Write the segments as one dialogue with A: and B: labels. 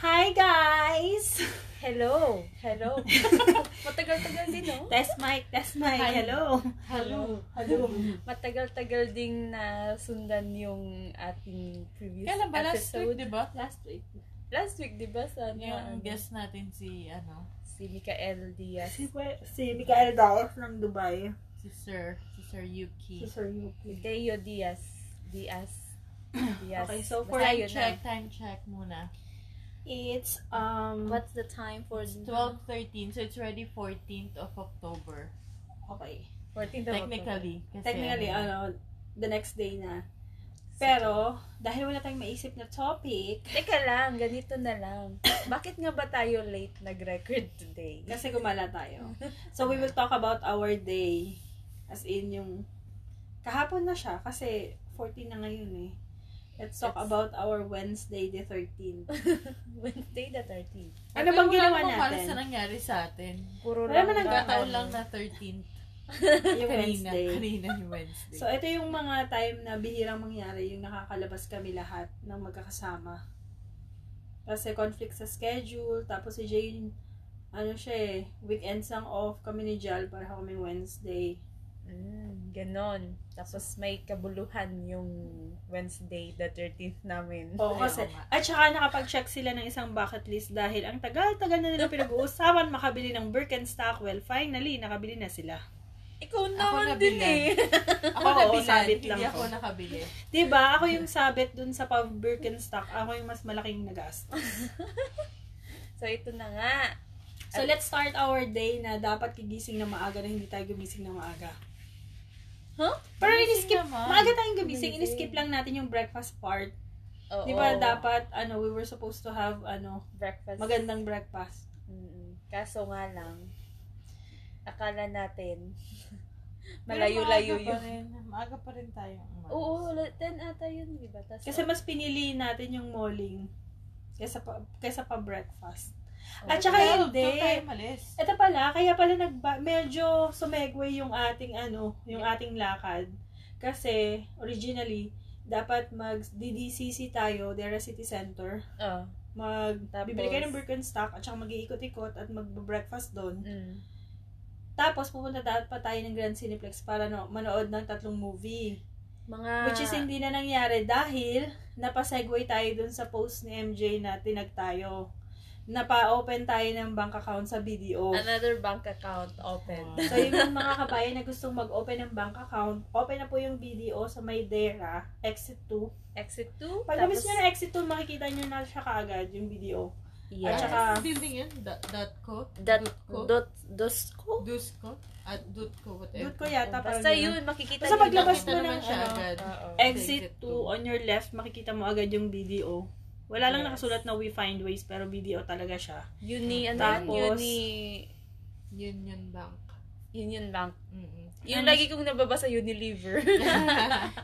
A: Hi guys!
B: Hello! Hello! Matagal-tagal din, no?
A: Test mic, test mic.
B: Hi.
A: Hello.
B: Hello!
C: Hello.
B: Matagal-tagal ding na sundan yung ating previous
C: Kailan ba? Last
B: episode.
C: week, di ba?
A: Last week.
B: Last week, di ba? Sa ano,
C: Yung guest natin si, ano,
B: si Mikael Diaz.
A: Si, si Mikael Daor from Dubai.
C: si Sir, si Sir Yuki.
A: Si Sir
B: Si
A: Yuki.
B: Teo Diaz. Diaz. Diaz.
A: Okay, so for
B: Basta
C: Time
B: yun
C: check,
B: na.
C: time check muna.
A: It's um
B: What's the time for
A: Mm-hmm.
B: the...
C: 12.13, so it's already 14th of October.
A: okay.
B: 14th of
C: Technically. Kasi
A: Technically
C: ano,
A: ano the next day na. Pero dahil wala tayong maisip na topic
B: October. Teka lang, ganito na lang. Bakit nga ba tayo late nag-record today?
A: kasi gumala tayo. So we will talk about our day as in yung kahapon na siya kasi 14 na ngayon eh. Let's talk
B: Yes.
A: about our Wednesday the 13th.
B: Wednesday the 13th.
A: Ano bang ginawa
C: Wala namang malas
A: natin?
C: na nangyari sa atin.
B: Puro
A: Wala man ang
B: ba,
C: Nagkataon
B: ano?
C: lang na 13th.
A: Yung
C: Kanina,
A: Wednesday.
C: kanina yung Wednesday.
A: So, ito yung mga time na bihirang mangyari, yung nakakalabas kami lahat ng magkakasama. Kasi conflict sa schedule, tapos si Jane, ano siya eh, weekends ang off kami ni Jal para kami Wednesday.
B: Mm, ganon. Tapos may kabuluhan yung Wednesday, the 13th namin.
A: Oo,
C: Ayaw
A: kasi,
C: nga.
A: at saka nakapag-check sila ng isang bucket list dahil ang tagal-tagal na nila pinag-uusapan makabili ng Birkenstock. Well, finally, nakabili na sila.
B: Ikaw eh.
C: naman din Ako
A: Oo,
C: nabilan,
A: sabit lang
C: hindi ako
A: ako.
C: nakabili.
A: Diba? Ako yung sabit dun sa pub Birkenstock. Ako yung mas malaking nagastos.
B: So, ito na nga.
A: So let's start our day na dapat gigising na maaga na hindi tayo gumising na maaga.
B: Huh?
A: Pero
C: Gumising
A: in-skip,
C: naman.
A: maaga tayong gumising,
B: Gumising.
A: in-skip lang natin yung breakfast part.
B: Oo.
A: Di ba dapat, ano, we were supposed to have, ano,
B: Breakfast.
A: magandang breakfast.
B: Mm-mm. Kaso nga lang, akala natin, malayo-layo yun.
C: Pero Maaga pa rin, maaga pa rin tayo. umalis.
B: Oo, la- 10 ata yun, di ba? Tas,
A: Kasi mas pinili natin yung morning kaysa pa, kaysa pa breakfast.
B: Oo.
A: At saka
C: Pero
A: hindi.
C: doon tayo malis.
A: Ito pala, kaya pala nagba, medyo sumegway yung ating ano, yung ating lakad. Kasi originally, dapat mag-DDCC tayo, Dera City Center.
B: Oo.
A: mag
B: Tapos-
A: bibili kayo ng Birkenstock at saka mag-iikot-ikot at magbe-breakfast doon.
B: Mm.
A: Tapos pupunta dapat pa tayo ng Grand Cineplex para no, manood ng tatlong movie.
B: Mga...
A: Which is hindi na nangyari dahil napasegue tayo doon sa post ni MJ na tinag tayo. Napa-open tayo ng bank account sa BDO.
B: Another bank account open.
C: Wow.
A: So yung mga kabayan na gustong mag-open ng bank account, open na po yung BDO sa Maydera, exit 2.
B: Exit 2.
A: Pag na-miss nyo na exit 2, makikita nyo na siya kaagad yung BDO.
B: Yes.
A: At saka-
C: Ano yung building yun? Dot, dot co?
B: Dot,
C: Dot co?
B: dot, dos ko?
C: Dus co? At Ah, dot co, whatever.
A: Doon ko yata. parang
B: Basta
A: ganun.
B: yun, makikita
A: Basta
B: nyo
A: paglabas
B: na-
A: mo ng
C: naman siya
A: ano,
C: agad.
B: Oo.
A: Exit 2,
C: Exit two.
A: on your left, makikita mo agad yung BDO. Wala lang
B: Yes.
A: nakasulat na we find ways, pero BDO talaga siya.
B: Yun ni, ano yun,
A: Tapos-
B: yun ni,
C: Union Bank.
B: yun yun lang.
C: Mm-mm.
B: Yun
A: Ano
B: lagi kong nababasa, Unilever.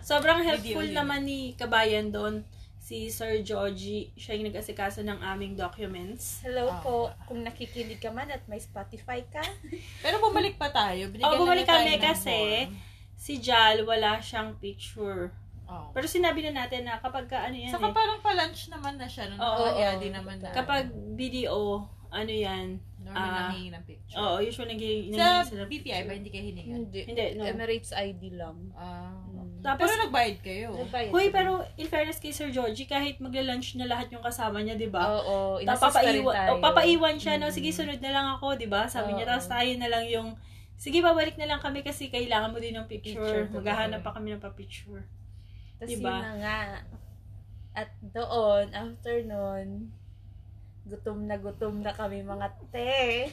A: Sobrang helpful
C: BDO yun.
A: naman ni Kabayan doon, si Sir Georgie. Siya yung nag-asikaso ng aming documents.
B: Hello
C: Ah.
B: po, kung nakikinig ka man at may Spotify ka.
C: Pero bumalik pa tayo. Binigyan
A: Oo, bumalik
C: na tayo
A: kami
C: ng
A: kasi
C: form.
A: Si Jal, wala siyang picture.
C: Oo.
A: Pero sinabi na natin na kapag ka, ano yan eh,
C: Saka parang pa-lunch naman na siya. Nung
A: Oo,
C: oh,
B: oo.
C: naman na.
A: kapag BDO, ano yan,
C: Normal
A: ah,
C: nangihingi ng picture.
A: oo, usually nag- nag-
C: sa
A: sila-
C: BPI ba hindi kayo hininga?
B: Hindi.
A: Hindi, no.
B: Emirates ID lang.
C: Ah.
B: Mm.
C: Tapos,
A: Tapos,
C: pero nagbayad kayo.
B: Nagbayad
A: Hoy,
B: ka ba?
A: pero in fairness kay Sir Georgie, kahit magla-lunch na lahat yung kasama niya, di ba? Ta-
B: Oo, inasist pa Oh, rin
A: papaiwan,
B: tayo.
A: o, papaiwan siya, no?
B: Mm.
A: Sige, sunod na lang ako, di ba? Sabi niya,
B: Oo.
A: tapos tayo na lang yung, sige, babalik na lang kami kasi kailangan mo din ng picture.
B: Picture, totoo.
A: Maghahanap pa kami ng pa-picture.
B: Tapos
A: Diba?
B: yun na nga. At doon, after noon, gutom na gutom na kami mga te.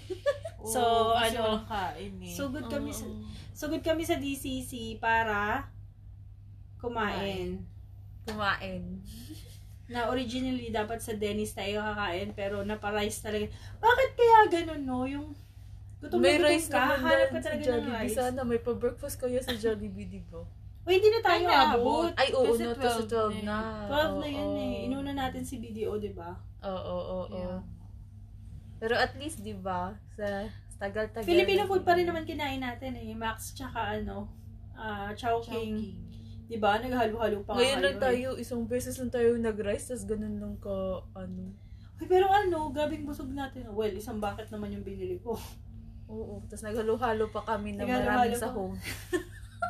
A: So,
C: Oo, kasi
A: ano,
C: walang kain eh.
A: So good kami sa,
B: Oo.
A: so good kami sa DCC para kumain.
B: Kumain.
A: Na originally dapat sa Dennis tayo kakain pero na-rice talaga. Bakit kaya ganun no? Yung gutom na
B: may
A: gutom
B: rice
A: ka,
B: naman
A: hanap ka
B: dyan
A: talaga
B: sa
A: ng
B: Jollibee.
A: rice.
B: Sana may pa-breakfast kayo sa Jollibee, di ba?
A: Uy, hindi na tayo
C: Ay,
A: abot.
C: naabot.
B: Ay, oo,
C: Kasi
B: no, to sa
C: 12
B: 12 na.
C: na
A: 12 na
C: eh.
B: Oo,
A: yun
B: oo.
A: eh. Inuna natin si BDO, di ba?
B: Oo, oo, oo.
C: Yeah.
B: Pero at least, di ba, sa sa tagal-tagal.
A: Filipino food pa rin naman kinain natin eh. Max tsaka ano, ah Chow King.
C: Chowking.
A: Di ba? Naghalo-halo pa nga
B: Ngayon
A: kayo
B: lang
A: eh.
B: tayo, isang beses lang tayo nag-rice, tas ganun lang ka, ano.
A: Ay, pero ano, grabing busog natin. Well, isang bucket naman yung binili ko.
B: Oo, tapos naghalo-halo pa kami na
A: Naghalo-halo
B: maraming
A: pa.
B: sahog.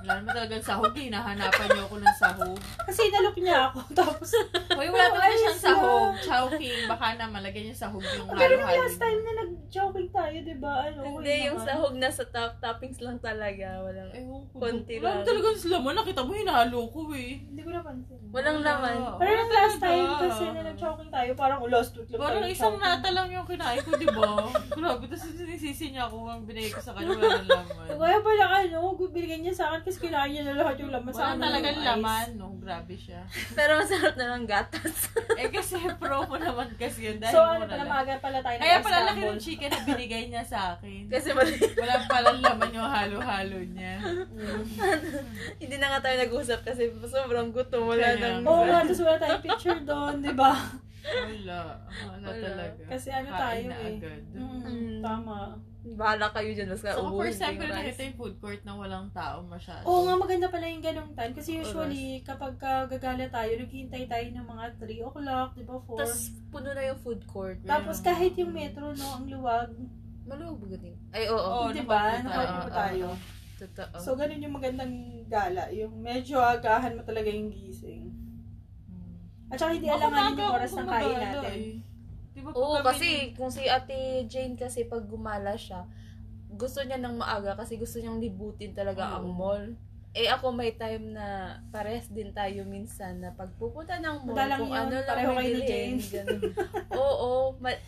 C: Wala naman talagang sahog. eh. Hinahanapan niyo ako ng sahog.
A: Kasi inalok niya ako. Tapos,
C: Hoy, wala naman
A: Ayos
C: siyang
A: lang.
C: sahog. Chowking. Baka na malagyan yung sahog yung
A: pero yung
C: halo-halo
A: last
C: niya.
A: time na nag-jogging tayo, di ba? Ano,
B: Hindi,
A: okay
B: yung
A: naman. Eh,
B: sahog nasa top toppings lang talaga. Walang,
C: Ewan ko.
B: Konti
C: Wala
B: lang.
C: talagang laman. Nakita mo, hinalo ko eh.
A: Hindi ko napansin.
B: walang laman.
A: Pero yung last
C: Wala.
A: time kasi na nag-jogging tayo, parang last week lang
C: ano Parang
A: tayo
C: isang
A: nag-jogging.
C: nata lang yung kinain ko, di ba? Grabe, tapos sinisisi niya ako ang binigay ko sa kanya, wala ng laman.
A: Eh, Kaya pala ano, binigyan niya sa akin kasi kailangan niya na lahat yung laman
C: Wala
A: sa akin.
C: talagang
A: Ice.
C: laman, no? Grabe siya.
B: Pero masarap na lang gatas.
C: Eh kasi pro mo naman kasi yun, dahil
A: So ano
C: mura
A: pala,
C: lang.
A: maaga pala tayo
C: Kaya pala laki
A: nag-scramble.
C: ng chicken na binigay niya sa akin.
B: Kasi mali,
C: Wala palang laman yung halo-halo niya.
A: Mm.
B: hindi na nga tayo nag-usap kasi sobrang gutom. Wala
C: Kaya
B: nang...
A: Oo nga, tapos wala tayong picture doon, di ba?
C: Wala. Wala
B: Wala.
C: talaga.
A: Kasi ano
C: Kain
A: tayo
C: na
A: eh.
C: agad.
A: Mm, tama.
B: Bahala kayo dyan. Basta
C: So,
B: ubuhin
C: first
B: ko
C: time ko
B: yung
C: na
B: rice.
C: nakita yung food court na walang tao masyado.
A: Oo nga, maganda pala yung ganong time. Kasi usually, kapag ah, gagala tayo, naghihintay tayo ng mga 3 o'clock, di ba, 4.
B: Tapos puno na yung food court.
A: Tapos kahit yung metro, no, ang luwag.
B: Maluwag ba din? Ay, oo.
C: Oo,
A: di ba?
C: nakaupo tayo.
A: Nakaupo
B: Oo,
A: tayo.
B: oo. Totoo.
A: So, ganun yung magandang gala. Yung medyo agahan mo talaga yung gising.
C: Mm.
A: At saka hindi
C: Ako
A: alangan
C: maaga
A: yung
C: ako
A: oras ng kain
C: gumagala
A: natin.
C: eh. Di ba
B: Oo,
C: pag kami-
B: kasi kung si Ate Jane kasi pag gumala siya, gusto niya ng maaga kasi gusto niyang libutin talaga ang
C: Oo.
B: mall. Eh ako may time na parehas din tayo minsan na pagpupunta ng mall,
A: Madalang
B: kung
A: yun,
B: ano lang
A: pareho kayo ni
B: bibilhin,
A: Jane.
B: ganun. Oo, ma-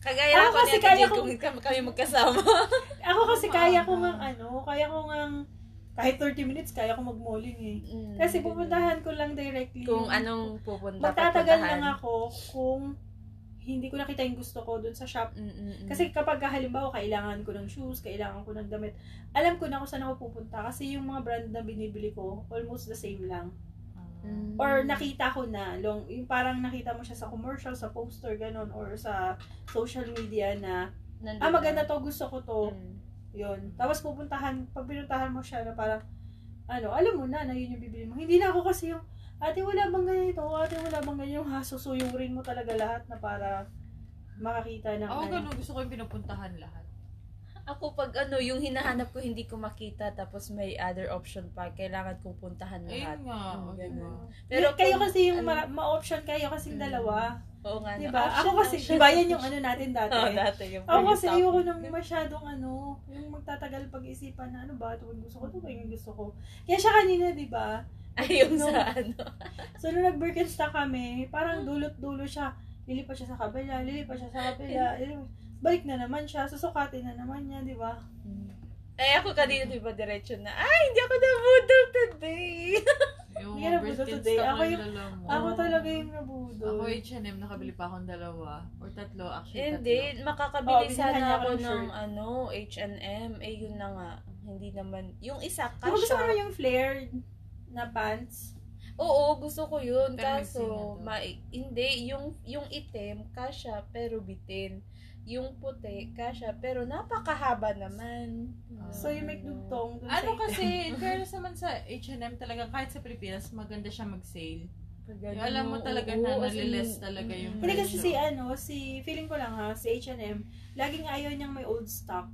B: kagaya
A: Ako
B: ako ni
A: kasi
B: Ate
A: kaya
B: Jane
A: ko-
B: kung kam- kami magkasama.
A: Ako kasi
C: Maaga.
A: kaya ko ngang ano, kaya ko ngang kahit 30 minutes, kaya ko mag-malling eh.
B: Mm,
A: Kasi
B: ganun.
A: pupuntahan ko lang directly. yung-
B: Kung anong pupunta,
A: Magtatagal
B: pupuntahan.
A: lang ako kung hindi ko nakita yung gusto ko dun sa shop.
B: Mm, mm, mm.
A: Kasi kapag halimbawa kailangan ko ng shoes, kailangan ko ng damit, alam ko na kung saan ako pupunta kasi yung mga brand na binibili ko, almost the same lang.
B: Mm.
A: Or nakita ko na, long, yung parang nakita mo siya sa commercial, sa poster, ganun, or sa social media na,
B: Nandun
A: ah
B: na.
A: maganda to, gusto ko to,
B: Ano Mm.
A: yun. Tapos pupuntahan, pag pinuntahan mo siya na parang, ano, alam mo na na yun yung bibili mo. Hindi na ako kasi yung, ate wala bang ganito, ate wala bang ganyan, ha, susuyurin mo talaga lahat na para makakita ng
C: Ako
A: ano.
C: ganun, gusto ko yung pinupuntahan lahat.
B: Ako pag ano, yung hinahanap ko hindi ko makita tapos may other option pa, kailangan kong puntahan lahat.
C: Ayun nga.
B: Mm,
C: o, di ba?
B: ganun.
A: Pero Eh, kayo
B: kung-
A: kasi yung
B: ano,
A: mara- ma-option kayo kasing
B: Mm.
A: dalawa.
B: Oo nga. no.
A: Diba?
B: Option
A: Ako kasi,
B: lang siya.
A: diba yan yung ano natin dati?
B: Oo, dati yung
A: Ako kasi
B: pag-usap.
A: ayoko nang masyadong ano, yung magtatagal pag-isipan na ano ba, ito ba yung gusto ko, ito ba yung gusto ko. Kaya siya kanina, di ba?
B: Ay, yung
A: No.
B: sa ano.
A: So, nung nag-Birkenstock kami, parang dulot-dulo siya. Lilipat siya sa kabila, lilipat siya sa kabila, lilipat- balik na naman siya, susukatin na naman niya, di ba?
B: Ay, Eh, ako kanina, di ba, diretso na, ay, hindi ako nabudol today.
C: Yung
A: Hindi ka nabuto
C: Birkenstock
A: today. Ako
C: ako
A: yung-
C: yung dalawa.
A: Ako talaga yung nabudol.
C: Oh. Ako H&M, nakabili pa akong dalawa. Or tatlo, actually
B: Hindi,
C: tatlo.
B: makakabili
A: Oo, binilhan niya
B: sana
A: ako
B: ako
A: ng
B: ng,
A: shirt.
B: ano, H&M. Eh, yun na nga. Hindi naman, yung isa,
A: Ako gusto ko
B: kasha.
A: naman yung flared na pants.
B: Oo, gusto ko yun.
C: Pero may
B: Kaso,
C: singil daw.
B: ma- hindi, yung, yung itim, kasha, pero bitin. Yung puti, kasha, pero napakahaba naman.
A: So, you make
B: dugtong.
A: dugtong dun
C: Ano
A: sa
C: kasi, in fairness naman sa H&M talaga, kahit sa Pilipinas, maganda siya mag-sale. Yung alam mo talaga na naliless talaga yung
A: Hindi kasi
C: Presyo.
A: si ano, si feeling ko lang ha, si H&M, laging ayaw niyang may old stock.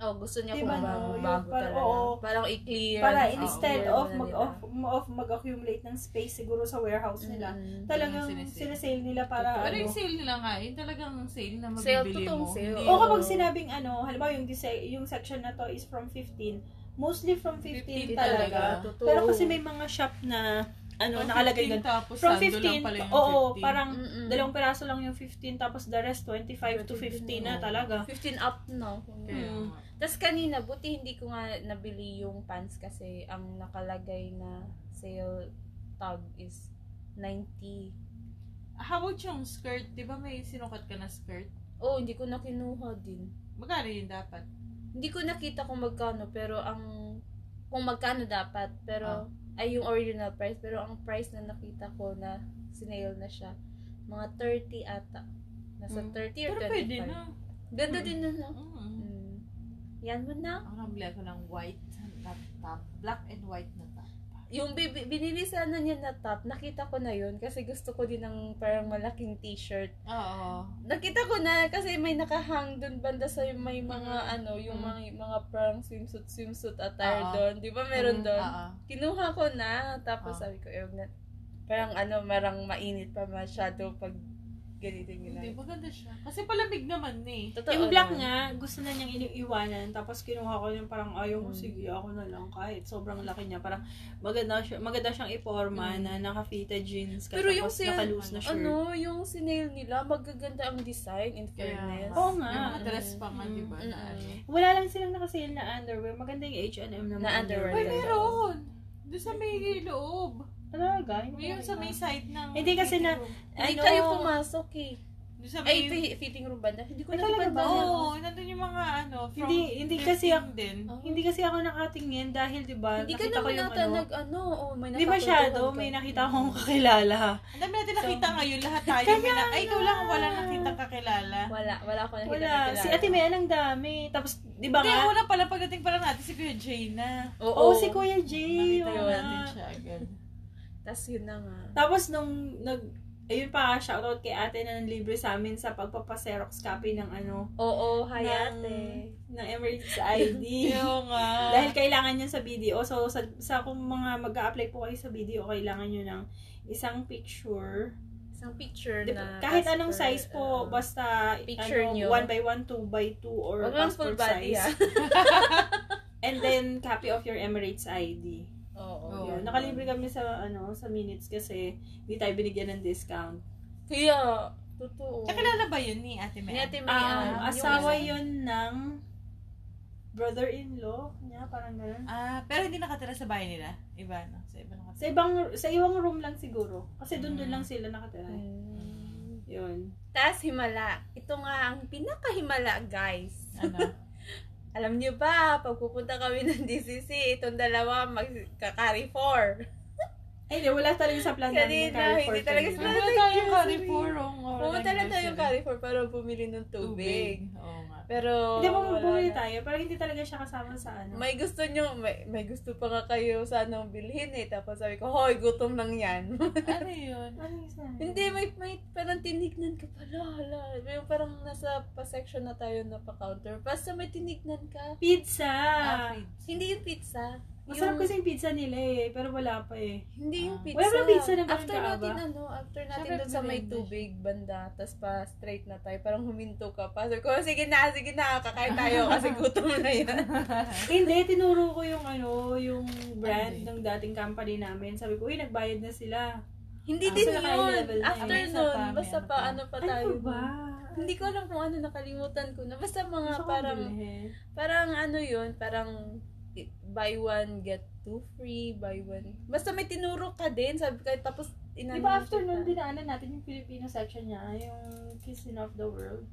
B: Oh, gusto niya
A: Diba,
B: diba,
A: no?
B: bago,
A: Yung
B: bago
A: parang,
B: talaga.
A: oo.
B: parang i-clear.
A: Para
C: Oo,
A: instead
B: i-clear
A: of
B: na
A: mag
B: nila.
A: off, of mag-accumulate ng space siguro sa warehouse nila.
B: Mm.
A: Talagang
C: Yung sinisale.
A: sinesale nila para
C: Pero
A: ano.
C: yung sale nila nga, yung talagang sale na
B: Sale,
C: mabibili
B: totoong
C: mo.
B: sale.
C: Hindi
A: O kapag
B: Oo.
A: sinabing ano, halimbawa yung, dise- yung section na to is from 15, mostly from 15,
C: 15
A: talaga.
C: talaga.
B: Totoo.
A: Pero kasi may mga shop na ano,
C: From
A: nakalagay
C: 15
A: ganun.
C: Tapos
A: From
C: sando lang
A: 15,
C: pala yung Mm.
A: oo,
C: 15.
A: parang
B: Mm-mm.
A: dalawang piraso lang yung 15 tapos the rest 25 to
B: 25
A: 15 na
C: na.
A: talaga.
B: 15 up na.
C: Kaya
A: Mm.
C: nga.
B: Tapos kanina, buti hindi ko nga nabili yung pants kasi ang nakalagay na sale tag is 90.
C: How about yung skirt? Di ba may sinukat ka na skirt?
B: Oh, hindi ko na kinuha din.
C: Magkano yun dapat?
B: Hindi ko nakita kung magkano pero ang kung magkano dapat pero
C: Ah.
B: ay yung original price pero ang price na nakita ko na sinail na siya mga 30 ata. Nasa
C: Mm.
B: 30 or
C: Pero
B: 25.
C: pwede na. Hmm.
B: Ganda din nun. no?
C: Mm.
B: Mm. Yan mo na.
C: Ako nabili ako ng white na top. Black and white na top.
B: Yung bibi- binili sa ano niya na top, nakita ko na yun kasi gusto ko din ng parang malaking t-shirt.
C: Oo.
B: Nakita ko na kasi may nakahang doon banda sa may mga
A: Mm-hmm.
B: ano, yung mga,
C: Mhm.
B: mga parang swimsuit, swimsuit attire
C: Oo.
B: doon. Di ba
A: Mm-hmm.
B: meron
C: Mm,
B: doon?
A: Ah.
C: Oo.
B: Kinuha ko na, tapos
C: Oo.
B: sabi ko, eh, wag na, parang ano, marang mainit pa masyado pag ganito yung
C: Hindi,
B: ginagawa.
C: maganda siya. Kasi palamig naman eh.
B: Totoo
A: yung black
B: naman.
A: nga, gusto na niyang ini- iwanan, tapos kinuha ko yung parang ayaw ko,
B: Mm.
A: sige, ako na lang kahit sobrang laki niya. Parang maganda, siya, maganda siyang iporma
C: Mm.
A: na naka-fita jeans ka,
B: Hmm. Pero yung
A: tapos
B: sale,
A: naka-loose na shirt.
B: Ano, yung sinail nila, magaganda ang design, in
C: Kaya,
B: fairness.
A: Oo nga.
C: Yung mga dress pa nga,
B: Mm,
C: di ba? Na,
B: mm,
C: ano.
B: mm.
A: Wala lang silang nakasale na underwear. Maganda yung H&M na,
B: Na
A: mga
B: underwear.
C: Uy,
B: Maganda.
C: meron! Doon sa may loob.
A: Talaga? hindi
C: Yung
A: ko
C: sa may
A: nakita.
C: side ng...
A: Hindi, kasi na-
B: Hindi
A: Ano?
B: tayo pumasok eh.
C: Doon sa
B: Ay,
C: may...
B: fi- fitting room ba na? Hindi ko
A: Ay, talaga
B: napansin.
A: ba?
B: Oo.
C: Oo, nandun yung mga ano, from
A: Hindi, hindi kasi
C: lifting
A: ako,
C: din.
A: hindi kasi ako nakatingin dahil 'di ba?
B: Hindi ka
A: nakita ko
B: naman
A: yung
B: nata
A: ano.
B: nag ano, oh, may
A: Hindi masyado, may nakita akong kakilala.
C: Ang dami natin nakita ngayon, lahat tayo. may na- ay, ikaw lang, wala nakita kakilala.
B: Hmm. Wala, wala ako nakita.
A: Wala. Si Ate Mel ang dami. Tapos 'di ba
C: Hindi,
A: nga?
C: wala pala pagdating pala natin si Kuya Jay na.
B: Oo,
A: Oo, si Kuya Jay. oo
C: Nakita
B: yun.
A: nga.
C: natin siya agad.
B: Tapos yun na nga.
A: Tapos nung nag ayun pa shoutout kay Ate na libre sa amin sa pagpapaserox copy ng ano
B: Oo, hi
A: ng,
B: ate.
A: ng Emirates ID.
C: Yung nga.
A: Dahil kailangan niya sa BDO. So, sa, sa kung mga mag apply po kayo sa BDO, kailangan niyo ng isang picture
B: Isang picture
A: Di-
B: na.
A: kahit
B: passport,
A: anong size po,
B: oo.
A: basta
B: Picture
A: ano,
B: nyo.
A: 1 by 1, 2 by 2, or
B: Wag lang full
A: passport
B: body
A: size.
B: ah.
A: And then, copy of your Emirates ID.
B: Oo.
C: Oo.
A: Yun. Nakalibre kami sa, ano, sa minutes kasi hindi tayo binigyan ng discount.
B: Kaya, totoo.
C: Nakilala ba yun ni Ate
B: Ni
C: Mel?
B: Ate
A: Um,
B: May. ah, yung
A: asawa
B: isa.
A: yun ng brother-in-law niya, parang ganun.
C: Ah, pero hindi nakatira sa bahay nila. Iba, no? Sa iba nakatira.
A: Sa ibang, sa ibang room lang siguro. Kasi doon doon
C: Mm.
A: lang sila nakatira.
B: Mm.
A: Yun.
B: Taas himala. Ito nga ang pinakahimala, guys.
C: Ano?
B: Alam niyo ba, pag pupunta kami ng DCC, itong dalawa magka-carry four.
A: Ay, hindi, wala talaga sa plan namin yung
B: Kanina,
A: carry
B: hindi
A: forward.
B: talaga sila-
C: Meron tayong oh, karipurong.
B: Pumunta lang tayong carry four para bumili ng tubig.
C: Oo nga.
B: Pero,
A: Hindi,
B: wala
A: bumili
B: na.
A: tayo, pero hindi talaga siya kasama sa ano.
B: May gusto nyo, may, may gusto pa nga kayo sanang bilhin eh. Tapos sabi ko, hoy, gutom lang yan.
C: Ano yun?
A: Ano yung sinabi?
B: Hindi, may, may parang tinignan ka pala. Hala. May parang nasa pa-section na tayo na pa-counter. Basta may tinignan ka.
A: Pizza!
C: Ah,
B: Hindi yung pizza.
A: Masarap
B: yung-
A: kasi yung pizza nila eh, pero wala pa eh.
B: Hindi yung
C: Ah.
B: pizza.
A: Wala bang pizza ng
B: After
A: Kaaba?
B: natin ano, after natin
C: Siyempre,
B: doon sa may
C: meron din.
B: tubig banda, tapos pa straight na tayo, parang huminto ka pa. Sabi ko, sige na, sige na, kakain tayo kasi gutom na yan.
A: hindi, tinuro ko yung ano, yung brand
C: Ano eh?
A: ng dating company namin. Sabi ko, uy, nagbayad na sila.
B: Hindi
A: Ah,
B: din
A: so naka-high
B: yun.
A: level na
B: After
C: yun.
B: nun,
C: Ano pa,
B: basta
C: meron
B: pa
C: pa?
B: ano pa tayo.
A: Ano ba?
B: Hindi ko alam kung ano, nakalimutan ko na. Basta
A: Gusto
B: mga
A: kong
B: parang,
A: bilhin.
B: parang ano yun, parang i- buy one, get two free, buy one. Basta may tinuro ka din, sabi ka, tapos
A: Di
B: inano.
A: ba after
B: kita.
A: nun, dinaanan natin yung Filipino section niya, ah, yung Kissing of the World.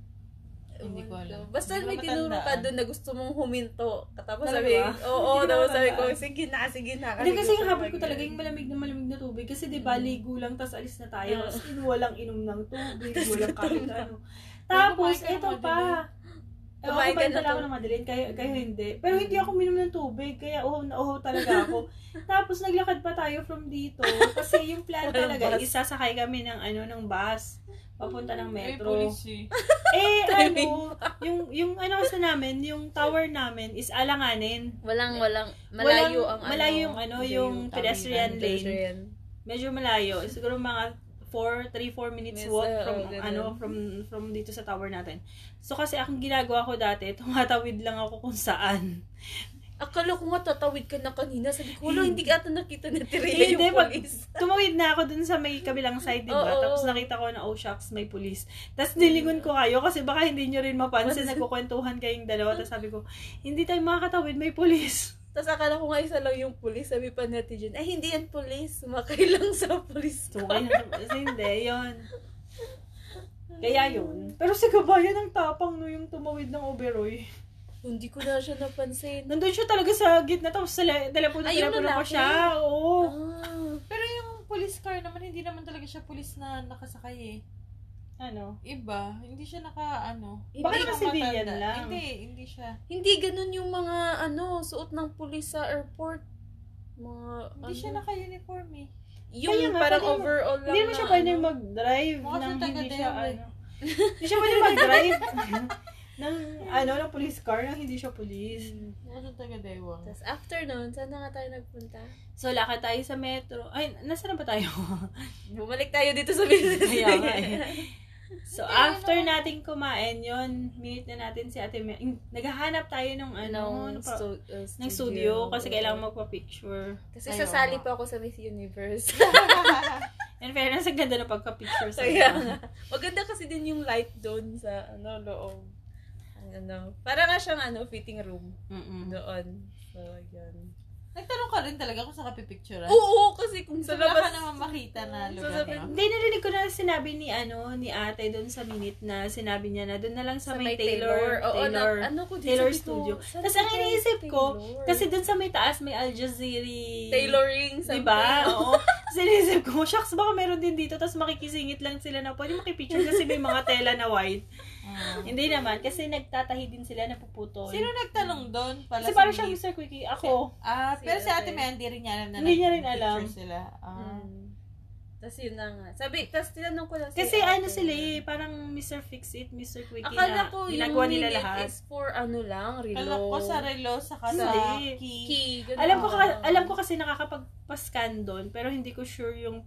C: Hindi ko alam.
B: Basta
C: Hindi ko
B: may tinuro ka
C: matandaan.
B: doon na gusto mong huminto. Tapos
A: Talaga
B: sabi,
A: ba?
B: oo,
A: Hindi ko
B: tapos sabi ko,
A: matandaan.
B: sige na, sige na.
A: Hindi kasi
B: gusto
A: yung habol ko
B: mag-
A: talaga yung malamig na malamig na tubig. Kasi di ba,
B: Mm.
A: ligo lang, tapos alis na tayo.
B: Oo.
A: As in, walang inom ng tubig,
B: Tas
A: walang
B: gutom
A: kahit
B: na.
A: ano. Tapos,
C: Kumain ka ng
A: eto
C: Madeleine.
A: pa. Eh, ako
B: Kumain ka
A: kumain
B: na
A: pala ako
B: to.
A: ng Madeleine, kayo, kayo hindi. Pero hindi ako minom ng tubig, kaya uho na uho talaga ako. Tapos, naglakad pa tayo from dito. Kasi yung plan
B: Walang
A: talaga,
B: bus.
A: isasakay kami ng ano, ng bus. Papunta ng
C: May
A: metro.
C: police eh.
A: eh,
B: Timing
A: ano, yung, yung ano kasi namin, yung tower namin is alanganin.
B: Walang, walang,
A: Walang-
B: malayo ang ano.
A: malayo yung ano,
C: medyo
A: yung
C: yung
A: pedestrian lane
B: Ano, pedestrian.
A: medyo malayo. Siguro mga 4, 3, 4 minutes
B: Yes,
A: walk
B: oo,
A: from
B: ganun.
A: ano from from dito sa tower natin. So kasi akong ginagawa ko dati, tumatawid lang ako kung saan.
B: Akala ko nga tatawid ka na kanina. Sabi ko, wala, hindi ka ata nakita na tiraya
A: Hindi,
B: yung
A: pag-
B: police.
A: Tumawid na ako dun sa may kabilang side, di ba?
B: Oo, oo.
A: Tapos nakita ko na, oh shucks, may police. Tapos nilingon ko kayo kasi baka hindi nyo rin mapansin, nagkukwentuhan kayong dalawa. Tapos sabi ko, hindi tayo makakatawid, may police.
B: Tapos akala ko nga isa lang yung police. Sabi pa natin dyan, ay hindi yan police. Sumakay lang sa police.
A: So, kaya hindi, yun. Kaya yun. Pero si Kabayan ang tapang no yung tumawid ng Oberoy.
B: Hindi ko na siya napansin.
A: Nandun siya talaga sa gitna tapos sa telepono
B: Ay, yung
A: telepono ko
B: lalaki?
A: siya. Oo.
B: Ah.
C: Pero yung police car naman, hindi naman talaga siya police na nakasakay eh.
A: Ano?
C: Iba, hindi siya naka ano.
B: Baka
C: hindi
A: naman
C: siya
A: civilian
C: matanda.
A: lang.
C: Hindi, hindi siya.
B: Hindi ganun yung mga ano, suot ng pulis sa airport. Mga, ano.
C: Hindi siya naka-uniform eh.
B: Yung
A: Kaya nga,
B: parang
A: pwede-
B: overall lang
A: Hindi naman siya
B: na
A: pwede
B: ano.
A: mag-drive
C: Mukha
A: nang
C: siyang taga
A: hindi siya
C: Dayaw eh.
A: ano. Hindi siya pwede mag-drive ng ano, ng police car nang hindi siya police.
C: Ano taga Dewa?
B: Tapos after nun, saan na nga tayo nagpunta?
A: So, lakad tayo sa metro. Ay, nasaan na ba tayo?
B: Bumalik tayo dito sa business.
A: Kaya nga eh. So, after nating kumain yon minute na natin si Ate Mel. Mm, Naghahanap tayo ng ano, ng, pro-
B: uh,
A: ng studio kasi kailangan magpa-picture.
B: Kasi
C: Ayaw
B: sasali
C: nga.
B: pa ako sa Miss Universe.
A: In fairness, ang ganda na pagka-picture sa
B: Kaya nga. Maganda kasi din yung light doon sa ano, loob. Ang Ano, para nga siyang ano, fitting room
A: Mm-mm.
B: doon. So, yun.
C: Nagtanong ka rin talaga kung saan ka pipicturean.
B: Oo, kasi kung sa
C: Sa
B: labas,
C: labas. ka naman makita
B: Sa
C: na lugar.
B: labas.
C: no?
A: Hindi, narinig ko na sinabi ni ano, ni ate doon sa minute na sinabi niya na doon na lang sa, may Taylor.
B: Oo, na-
A: Taylor.
B: ano ko din
A: Taylor
B: sabi ko,
A: Studio.
B: sabi
A: Tapos
B: ko,
A: ang iniisip ko,
B: Taylor.
A: Kasi doon sa may taas may Al Jazeera.
B: Tailoring, something.
A: Diba? Oo. Sinisip ko, shucks, baka meron din dito. Tapos makikisingit lang sila na pwede makipicture kasi may mga tela na white.
C: Ah.
A: Hindi naman, kasi nagtatahi din sila na puputol.
C: Sino nagtanong doon? Pala
A: Kasi
C: si
A: parang siyang
C: Miss?
A: Mr. Quickie. Ako.
C: Ah,
B: Si
C: pero si Ate
B: Ate.
C: May, hindi rin niya alam na
A: Hindi niya rin
C: nagpipicture
A: alam. Hmm.
C: sila. Ah.
B: Tapos Mm. yun na nga. Sabi, tapos tinanong ko lang si
A: Kasi
B: ate.
A: ano sila eh, parang Mr. Fix It, Mr. Quickie
B: Akala
A: na
B: ko yung
A: ginagawa nila
B: minute
A: lahat.
B: is for ano lang, relo.
C: Alam ko sa relo, saka sa
A: Hindi.
C: key.
B: Key, ganun.
A: Alam ko ka- alam ko kasi nakakapagpa-scan doon pero hindi ko sure yung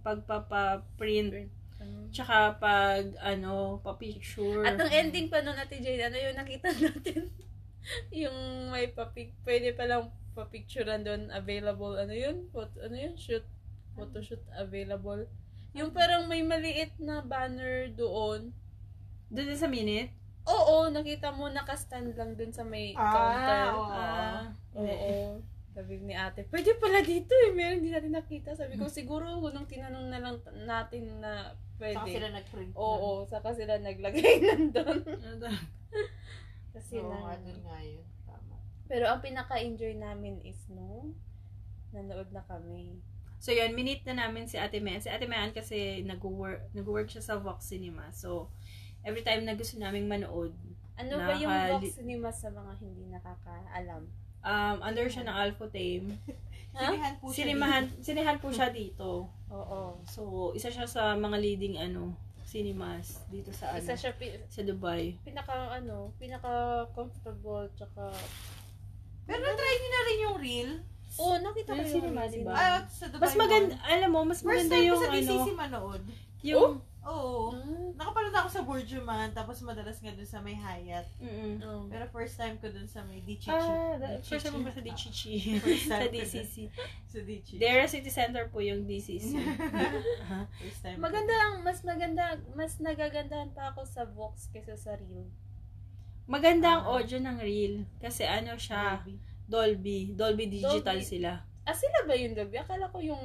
A: pagpapa-print
B: Ah.
A: tsaka pag ano pa-picture.
B: At ang ending pa nun, Ate Jane, ano yung nakita natin? yung may papic, pwede palang papicturean doon, available, ano yun? Photo, ano yun? Shoot, photoshoot available. Yung parang may maliit na banner doon.
A: doon din sa minute.
B: Oo, nakita mo, nakastand lang doon sa may
C: Ah,
B: counter.
C: oo.
A: Ah,
B: Oo. Sabi ni ate, pwede pala dito eh, meron hindi natin nakita. Sabi ko, siguro nung tinanong na lang t- natin na
C: Saka
B: pwede.
C: sila nag-print.
B: Oo, saka sila naglagay nandun. Kasi
C: Sila. Oo, nga,
B: na,
C: doon nga yun. Tama.
B: Pero ang pinaka-enjoy namin is nung nanood na kami.
A: So yun, minute na namin si Ate Mayan. Si Ate Mayan kasi nag-work, nag-work siya sa Vox Cinema. So, every time na gusto naming manood,
B: Ano ba yung
A: Nakali-
B: box cinema sa mga hindi nakakaalam?
A: um, under siya ng Alpha Tame.
B: Ha?
C: Sinihan po siya.
A: Sinimahan, sinihan po siya dito.
B: Oo.
A: So, isa siya sa mga leading ano, cinemas dito sa ano,
B: Isa siya pi-
A: sa Dubai.
B: pinaka ano, pinaka comfortable tsaka
C: Pero try niyo na rin yung reel.
B: Oh, nakita ko
A: Yung
B: yung
A: cinema,
B: mga
A: diba?
B: cinema.
C: Ah, sa Dubai
A: Mas maganda, alam mo, mas
C: First
A: maganda
C: time ko
A: yung
C: sa
A: ano,
C: DCC manood.
A: yung,
C: Oo.
B: Ah,
C: Nakapanood ako sa Bourjuman, tapos madalas nga dun sa may Hyatt.
A: mm
B: oh.
C: Pero first time ko dun sa may Dichichi.
A: Ah, that-
C: Dichichi.
A: first time ko ba sa
C: Ah,
A: Dichichi?
C: First time
A: sa
C: ko dun.
A: DCC.
C: Sa Dichichi.
A: Dera City Center po yung DCC. Aha.
C: first time. ko.
B: Maganda ang mas maganda, mas nagagandahan pa ako sa Vox kaysa sa Reel.
A: Maganda ang
C: Ah.
A: audio ng reel. Kasi ano siya,
C: Maybe.
A: Dolby. Dolby digital
B: Dolby.
A: sila.
B: Ah, sila ba yung Dolby? Akala ko yung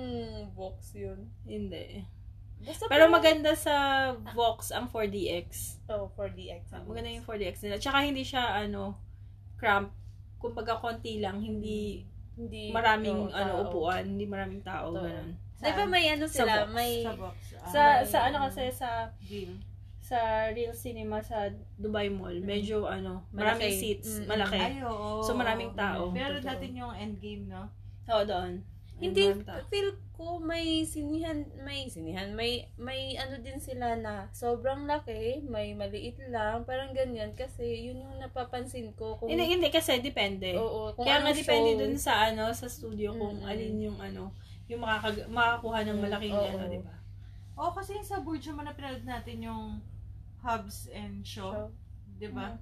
B: Vox yun.
A: Hindi.
B: Basta
A: Pero
B: parang-
A: maganda sa Vox ang 4DX.
B: Oh, 4DX.
A: Ah, Maganda yung 4DX nila. Tsaka hindi siya, ano, cramp. Kumbaga, konti lang. Hindi
B: Hindi.
A: maraming,
B: oo,
A: ano,
B: tao.
A: upuan. Hindi maraming tao.
B: Totoo.
A: Ganun.
B: Di ba may ano
A: Sa
B: sila,
A: box,
B: may...
C: Sa box. ah,
A: Sa,
B: may-
A: sa ano kasi, sa
C: Deal.
A: sa real cinema sa Dubai Mall, medyo, ano, maraming
B: Malaki.
A: seats.
B: Mm.
A: Malaki.
C: Ay,
A: eh,
C: oo.
A: So, maraming tao.
C: Meron
A: Totoo.
C: natin yung endgame, no?
A: Oo, doon. Ay,
B: Hindi,
A: maraming tao.
B: feel ko may sinihan, may sinihan, may, may ano din sila na sobrang laki, may maliit lang, parang ganyan kasi yun yung napapansin ko kung...
A: Hindi, hindi kasi depende.
B: oo, Oh. kung
A: eh, Kaya nga
B: anong
A: depende
B: show.
A: dun sa ano, sa studio kung
B: Mm-mm.
A: alin yung ano, yung makakag- makakuha ng
B: Mm,
A: malaking
B: oo.
A: ano, di ba?
C: Oo, kasi yung sa Bourjuman na pinanood natin yung hubs and show.
B: Show.
C: Di ba?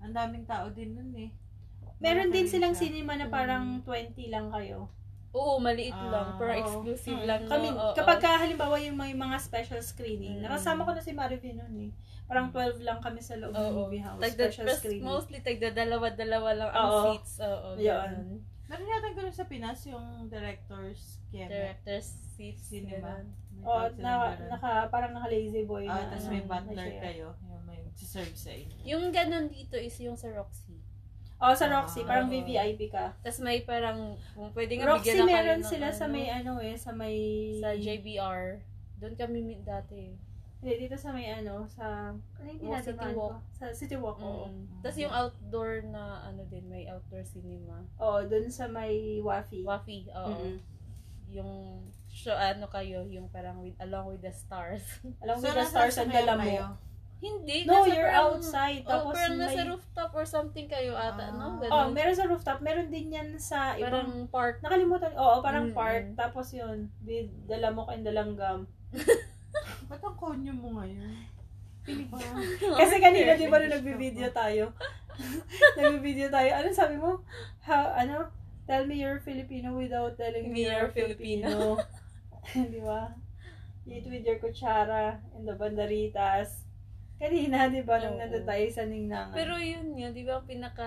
C: Ang daming tao din nun eh.
A: Mm-hmm. Meron
C: Malaki
A: din
C: rin
A: silang
C: siya.
A: cinema na parang 20 lang kayo.
B: Oo, maliit
C: Ah,
B: lang, parang
A: oo.
B: exclusive
A: Mm.
B: lang.
A: Kami,
B: no? Oo.
A: kapag ka, halimbawa yung may mga special screening,
B: Mm.
A: nakasama ko na si Marvin noon eh. Parang 12 lang kami sa loob ng
B: Oo.
A: movie house.
B: Tagda,
A: special
B: mas-
A: screening.
B: mostly tagda dalawa-dalawa lang ang
A: Oo.
B: seats. Oo,
A: Yun.
B: ganun.
C: Meron yata ganun sa Pinas yung director's camera.
B: Director's seats.
C: Cinema.
B: ganun.
C: May
A: Oo,
C: tawag silang
A: na,
C: ganun.
A: Oh, naka, parang naka lazy boy.
C: Ah,
A: na
C: tapos
A: ano,
C: may
A: na
C: butler
A: chair.
C: kayo. Yung may serve sa inyo.
B: Yung ganun dito is yung sa Roxy.
A: Oo, sa Roxy,
C: Ah,
A: parang
B: oo.
A: VVIP ka.
B: Tapos may parang, kung pwede nga
A: Roxy
B: bigyan na kayo
A: meron
B: ng
A: sila sa
B: ano,
A: may ano eh, sa may...
B: sa JBR. Doon kami meet dati.
A: Hindi, dito sa may ano, sa... Ano yung
B: Walk, City
A: pinatatamaan
B: Walk.
A: ko? Sa City Walk, oo.
B: Mm. Tapos yung outdoor na ano din, may outdoor cinema.
A: Oo, dun sa may Wafi.
B: Wafi, oo.
A: Mm-mm.
B: yung show ano kayo, yung parang with, along with the stars.
A: Alam mo,
C: So,
A: the
C: nasa
A: stars ang
C: sasakyan
A: dala mo.
C: kayo?
B: Hindi.
A: No,
B: nasa
A: you're
B: parang-
A: outside.
B: Oh,
A: Tapos
B: parang
A: may...
B: nasa rooftop or something kayo ata.
C: Ah.
B: No,
A: Oh,
B: ganun.
A: meron sa rooftop. Meron din yan sa
B: parang
A: ibang...
B: park.
A: Nakalimutan. Oo, parang
B: Mm,
A: park.
B: mm.
A: Tapos yun, with dalamok and dalanggam.
C: Ba't ang konyo mo ngayon? Pinig ba?
B: Oh,
A: Kasi kanina, di ba nung nagbibideo tayo? nagbibideo tayo. Ano sabi mo? How, ano? Tell me you're Filipino without telling me
B: Me
A: you're
B: you're
A: Filipino. di ba? Eat with your kutsara and the banderitas. Kanina, di ba, nung
B: Oo.
A: nandun tayo sa Ningnangan.
B: Pero yun yun, di ba ang pinaka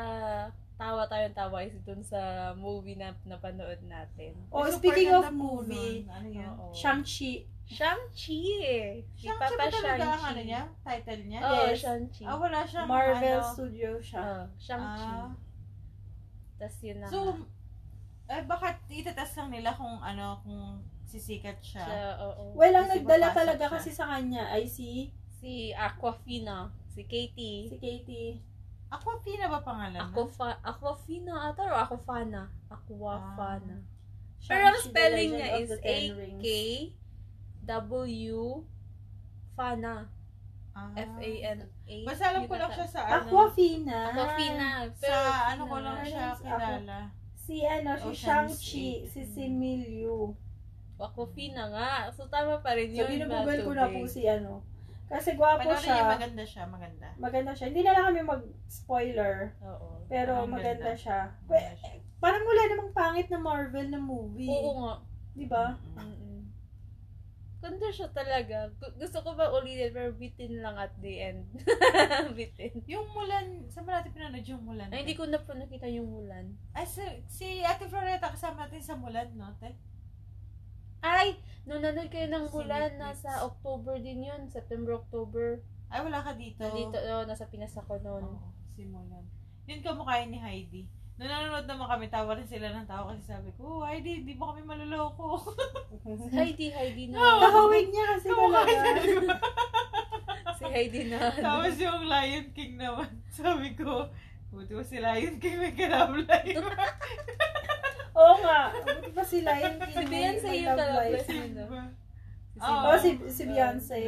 B: tawa tayong tawa is dun sa movie na napanood natin.
A: oh,
C: Super
A: speaking
C: ganda
A: of
C: po
A: movie,
C: nun. Ano yan?
B: Oo.
A: Shang-Chi.
B: Shang-Chi eh. Si
C: Siyang siya
B: Papa
C: ba talaga ang
B: Shang-Chi.
C: ano niya? Title niya?
B: Oo,
A: Yes.
B: Shang-Chi.
C: Ah, wala siyang
A: Marvel
C: ano.
A: Studio siya.
B: Oo, Oh, Shang-Chi.
C: Ah.
B: Tapos yun na.
C: So, eh, baka itatest lang nila kung ano, kung sisikat
B: nga.
C: siya.
B: siya, oo.
A: Well, ang
C: Kasi
A: nagdala
C: mapasok
A: talaga
C: siya.
A: kasi sa kanya ay si,
B: si Aquafina, si Katie.
A: si Katie.
C: Aquafina ba pangalan?
B: Aquafa, Aquafina ata or Aquafana? Aquafana.
A: Shang-Chi,
B: Pero ang
A: the
B: spelling
A: Legend
B: niya
A: of
B: is
A: the Ten Rings.
B: A-K W Fana.
C: Ah.
B: F-A-N-A.
C: Basta alam ko lang siya sa ano.
A: Aquafina.
B: Aquafina.
C: Sa ano ko lang
A: Ano
C: siya
A: yung sa
C: kilala.
A: Si ano, si
C: Oh,
A: Shang-Chi,
C: Shang-Chi.
A: si Similyu.
B: Aquafina nga. So, tama pa rin yun.
A: So,
B: mga
A: binubugol ko na po
B: tubig.
A: si ano. Kasi gwapo
C: Panoorin niya,
A: siya.
C: maganda siya, maganda.
A: Maganda siya. Hindi na lang kami mag-spoiler.
B: Oo.
A: Pero
C: Ang
A: maganda
C: ganda.
A: siya.
C: Maganda
A: Pwe-
C: siya.
A: Parang wala namang pangit na Marvel na movie.
B: Oo nga.
A: Di ba?
C: Mm-mm.
B: Mm-mm. Ganda siya talaga. Gu- Gusto ko ba ulitin pero bitin lang at the end. bitin.
C: Yung Mulan, saan ba natin pinanood yung Mulan?
B: Ay, hindi ko na po nakita yung ulan.
C: Ay, si, si Ate Floreta kasama natin sa Mulan, no? Te?
B: Ay, nanonood kayo ng
C: Sa
B: bulan.
C: Netflix.
B: Nasa October din yun. September, October.
C: Ay, wala ka dito.
B: Nandito, oh, nasa Pinas ako noon.
C: Oo, si Mulan. Yun kamukha yun ni Heidi. Nung nanonood naman kami, tawa rin sila ng tao kasi sabi ko, oh, Heidi, di mo kami maluloko.
B: Si Heidi, Heidi na.
C: Oo.
A: Kahawig niya kasi
C: Kamukha yun
A: talaga.
C: talaga.
B: Si Heidi na.
C: Tapos yung Lion King naman, sabi ko, buti ko si Lion King may ganap life.
A: Oo nga. Buti pa si Lion King.
B: Si
A: may-
B: Beyonce
A: may
B: yun
A: love
B: talaga.
A: life.
B: Si Ano?
C: Diba?
B: Si
C: Oo.
A: Oh, si, si Beyonce.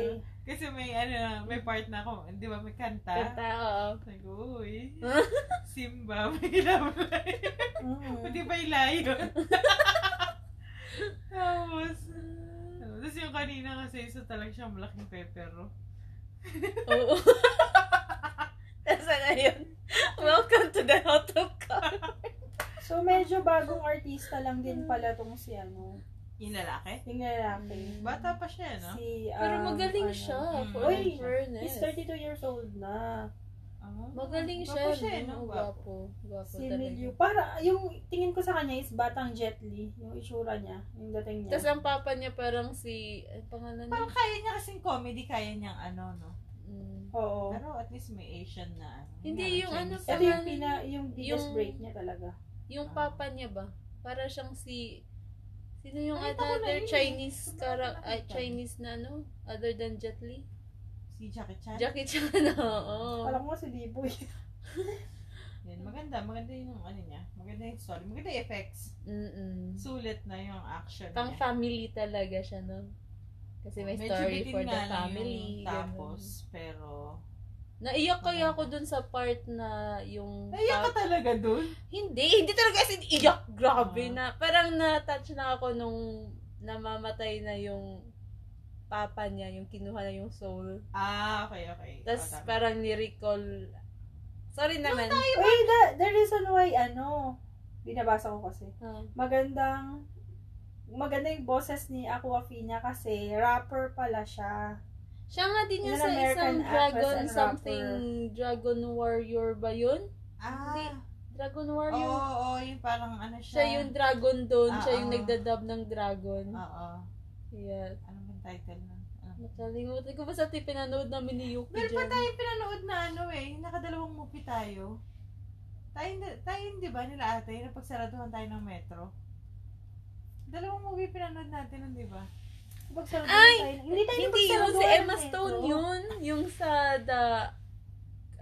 C: Kasi may ano na, may part na ako, di ba, may kanta.
B: Kanta, oo.
C: Sabi ko, uy, Simba, may ganap life.
A: Mm.
C: Buti pa yung Lion. Tapos, ano, tapos yung kanina kasi isa talaga siyang malaking pepero.
B: Oo. Nasa na yun. Welcome to the Out of Car.
A: So, medyo bagong artista lang din pala tong si ano.
C: Yung lalaki?
A: Yung lalaki.
C: Bata pa siya, no?
A: Si, um,
B: Pero magaling
A: ano,
B: siya.
C: Mm.
B: For
A: Uy,
B: all fairness.
A: He's 32 years old na.
C: Ah,
B: Magaling siya.
C: Gwapo siya, eh,
B: no?
C: no? Gwapo.
B: Gwapo. Gwapo
A: Si
B: talaga.
A: Miliu. Para, yung tingin ko sa kanya is batang Jet Li. Yung itsura niya. Yung dating
B: Tapos
A: niya.
B: ang papa niya parang si... Ang pangalan niya?
C: Parang kaya niya kasing comedy, kaya niyang ano, no?
B: Mm.
A: Oo.
C: Pero at least may Asian na ano.
B: Hindi, yung ano
A: Ito
B: pa-
A: yung pina, yung biggest
B: Yung-
A: break niya talaga.
B: Yung
C: Ah.
B: papa niya ba? Para siyang si Sino yung
C: Ay, baka
B: other
C: na yun.
B: Chinese
C: Baka
B: kara
C: nakita
B: ay,
C: niya.
B: Chinese na ano? Other than Jet Li?
C: Si Jackie Chan.
B: Jackie Chan, oo.
A: Alam ko si Diboy.
C: Yan, maganda. Maganda yung ano niya. Maganda yung story. Maganda yung effects.
B: Mm-mm.
C: Sulit na yung action
B: Pang
C: niya.
B: family talaga siya, no? Kasi may
C: Medyo
B: story
C: bitin
B: for the
C: nga lang
B: family. ganun.
C: yung tapos, pero...
B: Naiyak kaya ako
C: Maganda.
B: dun sa part na yung...
C: Naiyak ka talaga dun?
B: Hindi, hindi talaga as in iyak. Grabe
C: Ah.
B: na. Parang na-touch na ako nung namamatay na yung papa niya, yung kinuha na yung soul.
C: Ah, okay, okay.
B: Tapos
C: Oh, tama.
B: parang ni-recall. Sorry naman.
A: Uy, the, the reason why, ano, binabasa ko kasi.
B: Ah,
A: Magandang, maganda yung boses ni Aquafina kasi rapper pala siya.
B: siya nga din yun
A: Yun
B: sa
A: ang American
B: isang
A: actress
B: Dragon
C: ano
A: and
B: something, Dragon Warrior ba yun?
C: Ah,
B: Hindi. Dragon
C: oo,
B: Warrior?
C: oo, yung parang ano siya.
B: Siya yung dragon doon.
C: Oh. Ah,
B: siya yung
C: ah.
B: nagdadub ng dragon.
C: Oo.
B: Yeah.
C: Ano bang title nun? Ah.
B: Nakalimutan ko ba sa ti pinanood namin ni Yuki
C: Meron pa
B: dyan?
C: tayong pinanood na ano eh, yung nakadalawang movie tayo. Tayo, tayo di ba nila ate, yung pagsaraduhan tayo ng metro? Dalawang movie pinanood natin nun, di ba?
A: Pagsaraduhan
B: Ay!
A: tayo. Hindi tayo eh.
B: Hindi yun, si
A: pagsaraduhan
B: Emma
A: ng
B: Stone
A: metro.
B: yun. Yung sa the,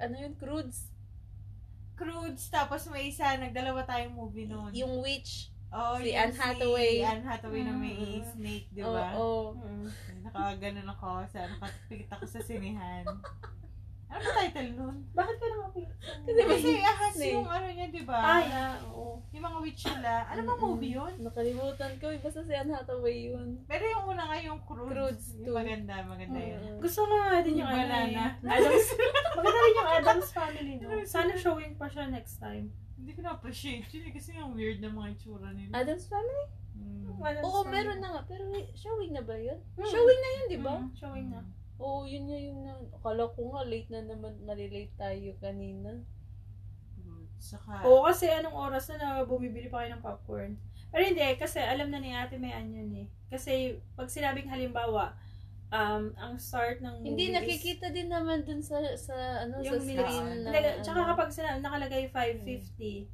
B: ano yun, Crudes.
C: Crudes, tapos may isa, nagdalawa tayong movie nun.
B: Yung witch.
C: Oh,
B: Si
C: yung
B: Anne Hathaway.
C: Si Anne Hathaway Mm-hmm. na may
A: Mm.
C: snake, di
B: Oo.
C: ba?
A: Mm.
C: Nakaganon ako sa nakapikit ako sa sinihan. Ano ba title nun?
A: Bakit ka nakapil?
B: Kasi may-
C: Kasi ahas
B: snake.
C: yung ano niya, di ba?
A: Ay, ah, oo.
C: Yung mga witch nila. Ano ba
B: Mm-mm.
C: movie yun?
B: Nakalimutan ko. eh. Basta si Anne Hathaway yun.
C: Pero yung una nga, yung Crudes.
B: Crudes
C: Yung
B: two.
C: maganda, maganda yun.
B: Mm.
A: Gusto ko nga din yung ano
C: Banana.
A: eh. Adams. Maganda rin yung Adams family, no? Sana showing pa siya next time.
C: Hindi ko na-appreciate yun eh, kasi yung weird na mga itsura nila.
B: Adam's Family?
C: Mm.
A: Adams
B: Oo,
A: family.
B: meron na nga. Pero wait, showing na ba yun?
A: Mm.
B: Showing na yun, di ba?
A: Mm, showing na.
B: Oo, yun nga yun na. Akala ko nga, late na naman. Nalilate tayo kanina.
C: Crudes. Saka,
A: Ah. Oo, kasi anong oras na na bumibili pa kayo ng popcorn? Pero hindi, kasi alam na ni ate may anyan eh. Kasi pag sinabing halimbawa, um, ang start ng movie
B: Hindi,
A: is-
B: nakikita din naman dun sa, sa ano, sa
A: Yung
B: screen
C: nilagay-
B: na.
A: Naga, tsaka
B: ano,
A: kapag sina, nakalagay 550,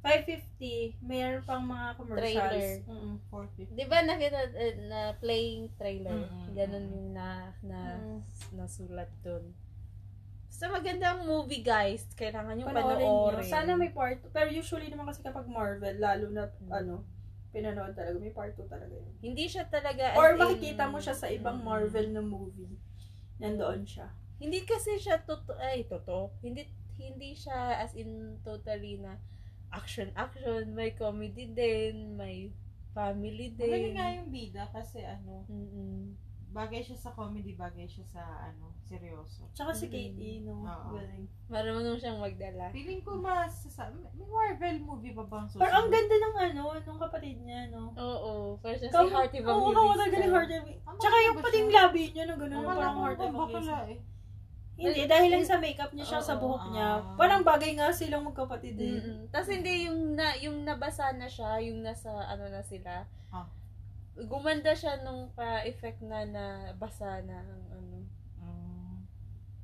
A: 550, mayroon pang mga commercials.
B: Trailer.
A: Mm-mm.
C: 40.
B: Di ba nakita eh, na playing trailer?
C: Mm-mm.
B: Ganon yung na, na
A: Mm.
B: nasulat dun. Basta magandang movie, guys. Kailangan nyo
A: Panoorin
B: panoorin.
A: nyo. Sana may part, pero usually naman kasi kapag Marvel, lalo na, ano, pinanood talaga, may part 2 talaga yun.
B: Hindi siya talaga... as
A: Or
B: in-
A: makikita mo siya sa ibang
C: Mm.
A: Marvel na movie. Nandoon siya.
B: Hindi kasi siya totoo... Ay, totoo. Hindi, hindi siya as in totally na action-action. May comedy din. May family din.
C: Magaling nga yung bida kasi ano,
B: Mm-mm.
C: bagay siya sa comedy, bagay siya sa ano, seryoso.
A: Tsaka si
B: Mm.
A: Katie, no?
C: Oo.
A: Galing.
B: Marunong siyang magdala.
C: Feeling ko mas, may Marvel movie pa bang susunod?
A: Pero ang ganda ng ano, nung kapatid niya, no?
B: Oo. Parang siya
A: Kamu-
B: si Hearty
A: Oo,
B: Evangelista.
A: kawalan ka ni Heart Evangelista.
C: Ang
A: Tsaka yung
C: maganda
A: pating
C: siya.
A: labi niya, no? Ganun,
C: Akala
A: parang
C: ko
A: Heart
C: ba bakla
A: Evangelista.
C: eh.
A: Hindi, dahil lang sa makeup niya siya, sa
B: Oo,
A: buhok niya.
C: ah.
A: Parang bagay nga silang magkapatid eh.
B: mm Tapos hindi yung na yung nabasa na siya, yung nasa ano na sila.
C: Ah.
B: Gumanda siya nung pa-effect na nabasa na ang ano.
C: Mm.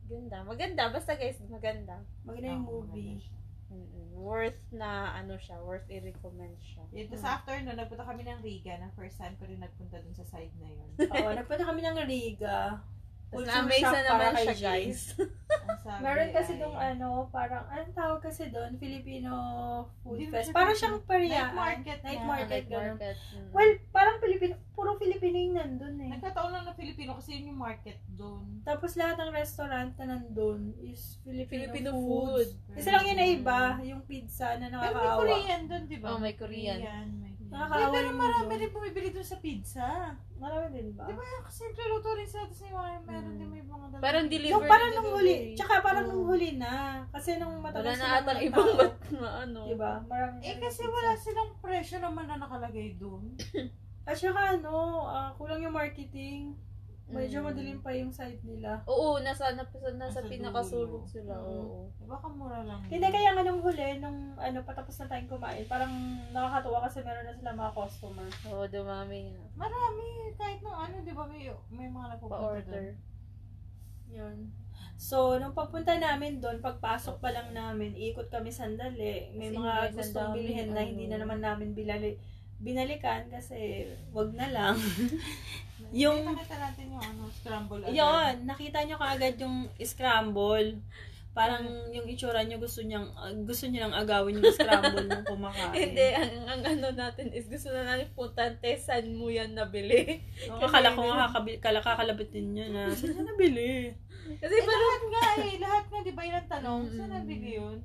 B: Ganda. Maganda. Basta guys, maganda.
A: Maganda yung
C: Oo, Ah, maganda
A: movie.
C: siya.
B: Mm-mm. Worth na ano siya. Worth i-recommend siya.
C: Yun, tapos
B: Hmm.
C: after nun, nagpunta kami ng Riga. Na first time ko rin nagpunta dun sa side na yun.
A: Oo, nagpunta kami ng Riga.
B: Tapos
A: Culture
B: na-amaze
A: shock
B: na
A: para
B: naman
A: kay
B: siya
A: Jane.
B: guys.
C: Ang sabi
A: Meron kasi
C: ay,
A: dong ano, parang, anong tawag kasi doon? Filipino Food
C: Hindi
A: Fest.
C: siya
A: Parang
C: Filipino.
A: siyang
C: Night
A: pariya.
C: market
A: Night
C: na.
A: market.
B: Like
A: ganun.
B: market. Mm.
A: Well, parang Filipino, puro Filipino yung nandun eh.
C: Nagkataon lang na Filipino kasi yun yung market dun.
A: Tapos lahat ng restaurant na nandun is Filipino,
B: Filipino
A: food.
B: food.
A: Isa lang yun na iba, yung pizza na
C: Pero may
A: nakakaawa.
C: Korean dun, di ba?
B: Oh, may Korean.
C: may...
A: Nakakaawa
C: Uy, pero
A: yung
C: marami
A: dun.
C: rin bumibili dun sa pizza.
A: Marami din ba?
C: Di ba? Kasi nagluluto rin sila. Tapos may mga meron
A: Hmm.
C: din may mga dalawa.
B: Parang
A: So,
B: delivery.
A: parang nung huli.
B: delivery.
A: Tsaka parang
B: Oo.
A: nung huli na. Kasi nung
B: Wala
A: matagal
B: na
A: silang
B: atang
A: mga
B: ibang
A: tao.
B: mat na ano.
A: Diba? Marami
C: Eh
A: na
C: kasi
A: nagpizza.
C: wala silang presyo naman na nakalagay dun.
A: At saka ano, ah, kulang yung marketing. Medyo
B: Mm.
A: madilim pa yung side nila.
B: Oo, nasa, nasa, nasa
C: Nasa
B: pinakasulog
C: dulo.
B: sila.
A: Mm.
B: Oo.
C: Eh, Baka mura lang. yun.
A: Hindi, kaya nga nung huli, nung ano, patapos na tayong kumain, parang nakakatuwa kasi meron na sila mga customer.
B: Oo, dumami nga.
C: Marami. Kahit nung ano, di ba? May, may mga nagpupunta dun.
B: Pa-order.
A: Yun. So, nung pagpunta namin doon, pagpasok pa lang namin, ikot kami sandali. May
B: Kasi
A: mga
B: may
A: gustong
B: sandami,
A: bilhin na
B: ano.
A: hindi na naman namin bilali, binalikan kasi wag na lang. Yung-
C: Nakita natin yung ano, scramble. agad.
A: Yun, nakita nyo kaagad yung scramble. Parang yung itsura nyo gusto niyang, ah, gusto nyo lang agawin yung scramble nung kumakain.
B: Hindi, ang, ang ano natin is gusto na natin puntahan, te, saan mo yan nabili?
A: Oo, akala ko nga kakabi- kala- kakalabitin nyo na. ah. Saan nyo nabili?
B: Kasi
C: Eh,
B: parang,
C: lahat nga eh. Lahat nga, di ba? Yun ang tanong.
B: Mm-mm.
C: Saan nabili yun?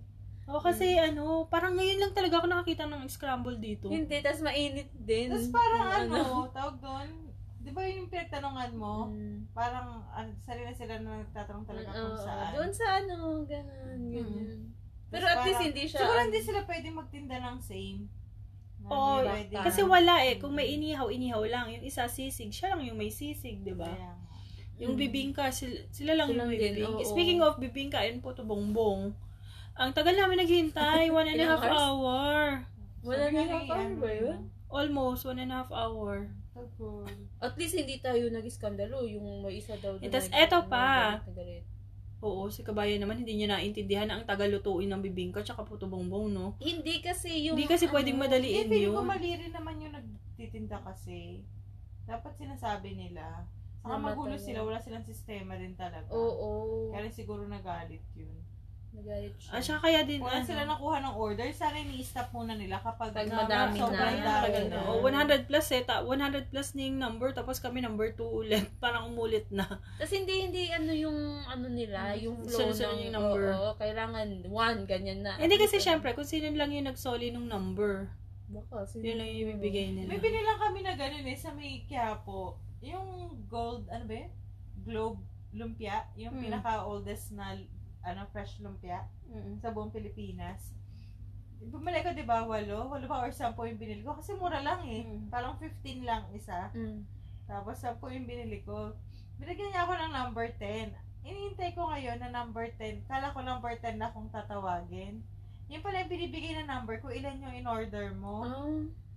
A: Oo, kasi ano, parang ngayon lang talaga ako nakakita ng scramble dito.
B: Hmm. hindi, tas mainit din.
C: Tapos parang
B: Yung
C: ano, tawag doon, di ba yung pinagtanungan mo?
B: Mm.
C: Parang ah, sarili sila na nagtatanong talaga kung
B: Oo,
C: saan.
B: Doon sa ano, ganun, ganyan. Pero
C: Tapos
B: at least
C: parang-
B: hindi siya.
C: Siguro
B: ano,
C: hindi sila pwede magtinda ng same. Na
A: Oo,
C: hindi pwede.
A: Kasi wala eh. Kung may inihaw, inihaw lang. Yung isa sisig, siya lang yung may sisig, di ba?
C: Kaya nga.
A: Yung
B: Mm.
A: bibingka, sila, sila lang
B: Hmm. Sila
A: yung may
B: din,
A: bibingka.
B: oo.
A: Speaking of bibingka, yun po to bongbong. Ang tagal namin naghihintay, one and a
B: Ilang
A: half
B: hours?
A: hour.
B: Wala
C: Sabi
B: na
C: nga
B: yung
C: eh,
B: account
C: ano,
B: ba yun?
A: Almost one and a half hour.
C: Tagol.
B: At least hindi tayo nag-iskandalo. Yung may isa daw.
A: Eh,
B: doon
A: tas
B: na-
A: eto
B: na-
A: pa.
B: na- galit.
A: Oo, si kabayan naman, hindi niya naintindihan na ang tagal lutuin ng bibingka tsaka puto bongbong, no?
B: Hindi kasi yung...
A: Hindi kasi pwedeng
B: ano,
C: Eh,
A: madaliin
C: feeling ko
A: yun.
C: mali rin naman yung nagtitinda kasi. Dapat sinasabi nila. Saka
B: Tama
C: magulo
B: talaga.
C: sila, wala silang sistema din talaga.
B: Oo.
C: Kaya rin siguro nagalit yun.
B: Nagalit siya.
A: Ah, siya kaya din.
C: Wala
A: ano,
C: sila nakuha ng order. Sana ini-stop muna nila kapag
B: Pag
C: na-
B: madami na.
C: sobrang dami
A: Tagal
B: na.
A: na. Oh, 100 plus eh. Ta- 100 plus na yung number. Tapos kami number 2 ulit. Parang umulit na.
B: Tapos hindi, hindi ano yung ano
C: Hmm.
B: nila, yung flow
A: Sunod-sunod
B: ng,
A: yung number.
B: oo, kailangan one, ganyan na.
A: Hindi kasi syempre, kung sino lang yung nagsoli ng number,
B: Baka, sino-
A: yun lang yung ibibigay nila.
C: May binilang kami na ganun eh, sa may Quiapo. Yung gold, ano ba yun? Globe lumpia. Yung
A: Hmm.
C: pinaka-oldest na, ano, fresh lumpia
A: Mm.
C: sa buong Pilipinas. Bumalik ko, di ba, walo? Walo pa or sampo yung binili ko. Kasi mura lang
A: Mm.
C: eh.
B: Hmm.
C: Parang 15 lang isa.
B: Mm.
C: Tapos sampo yung binili ko. Binigyan niya ako ng number 10. Iniintay ko ngayon na number 10. Kala ko number 10 na akong tatawagin. Yung pala yung binibigay na number ko, ilan yung in-order mo.
B: Ah.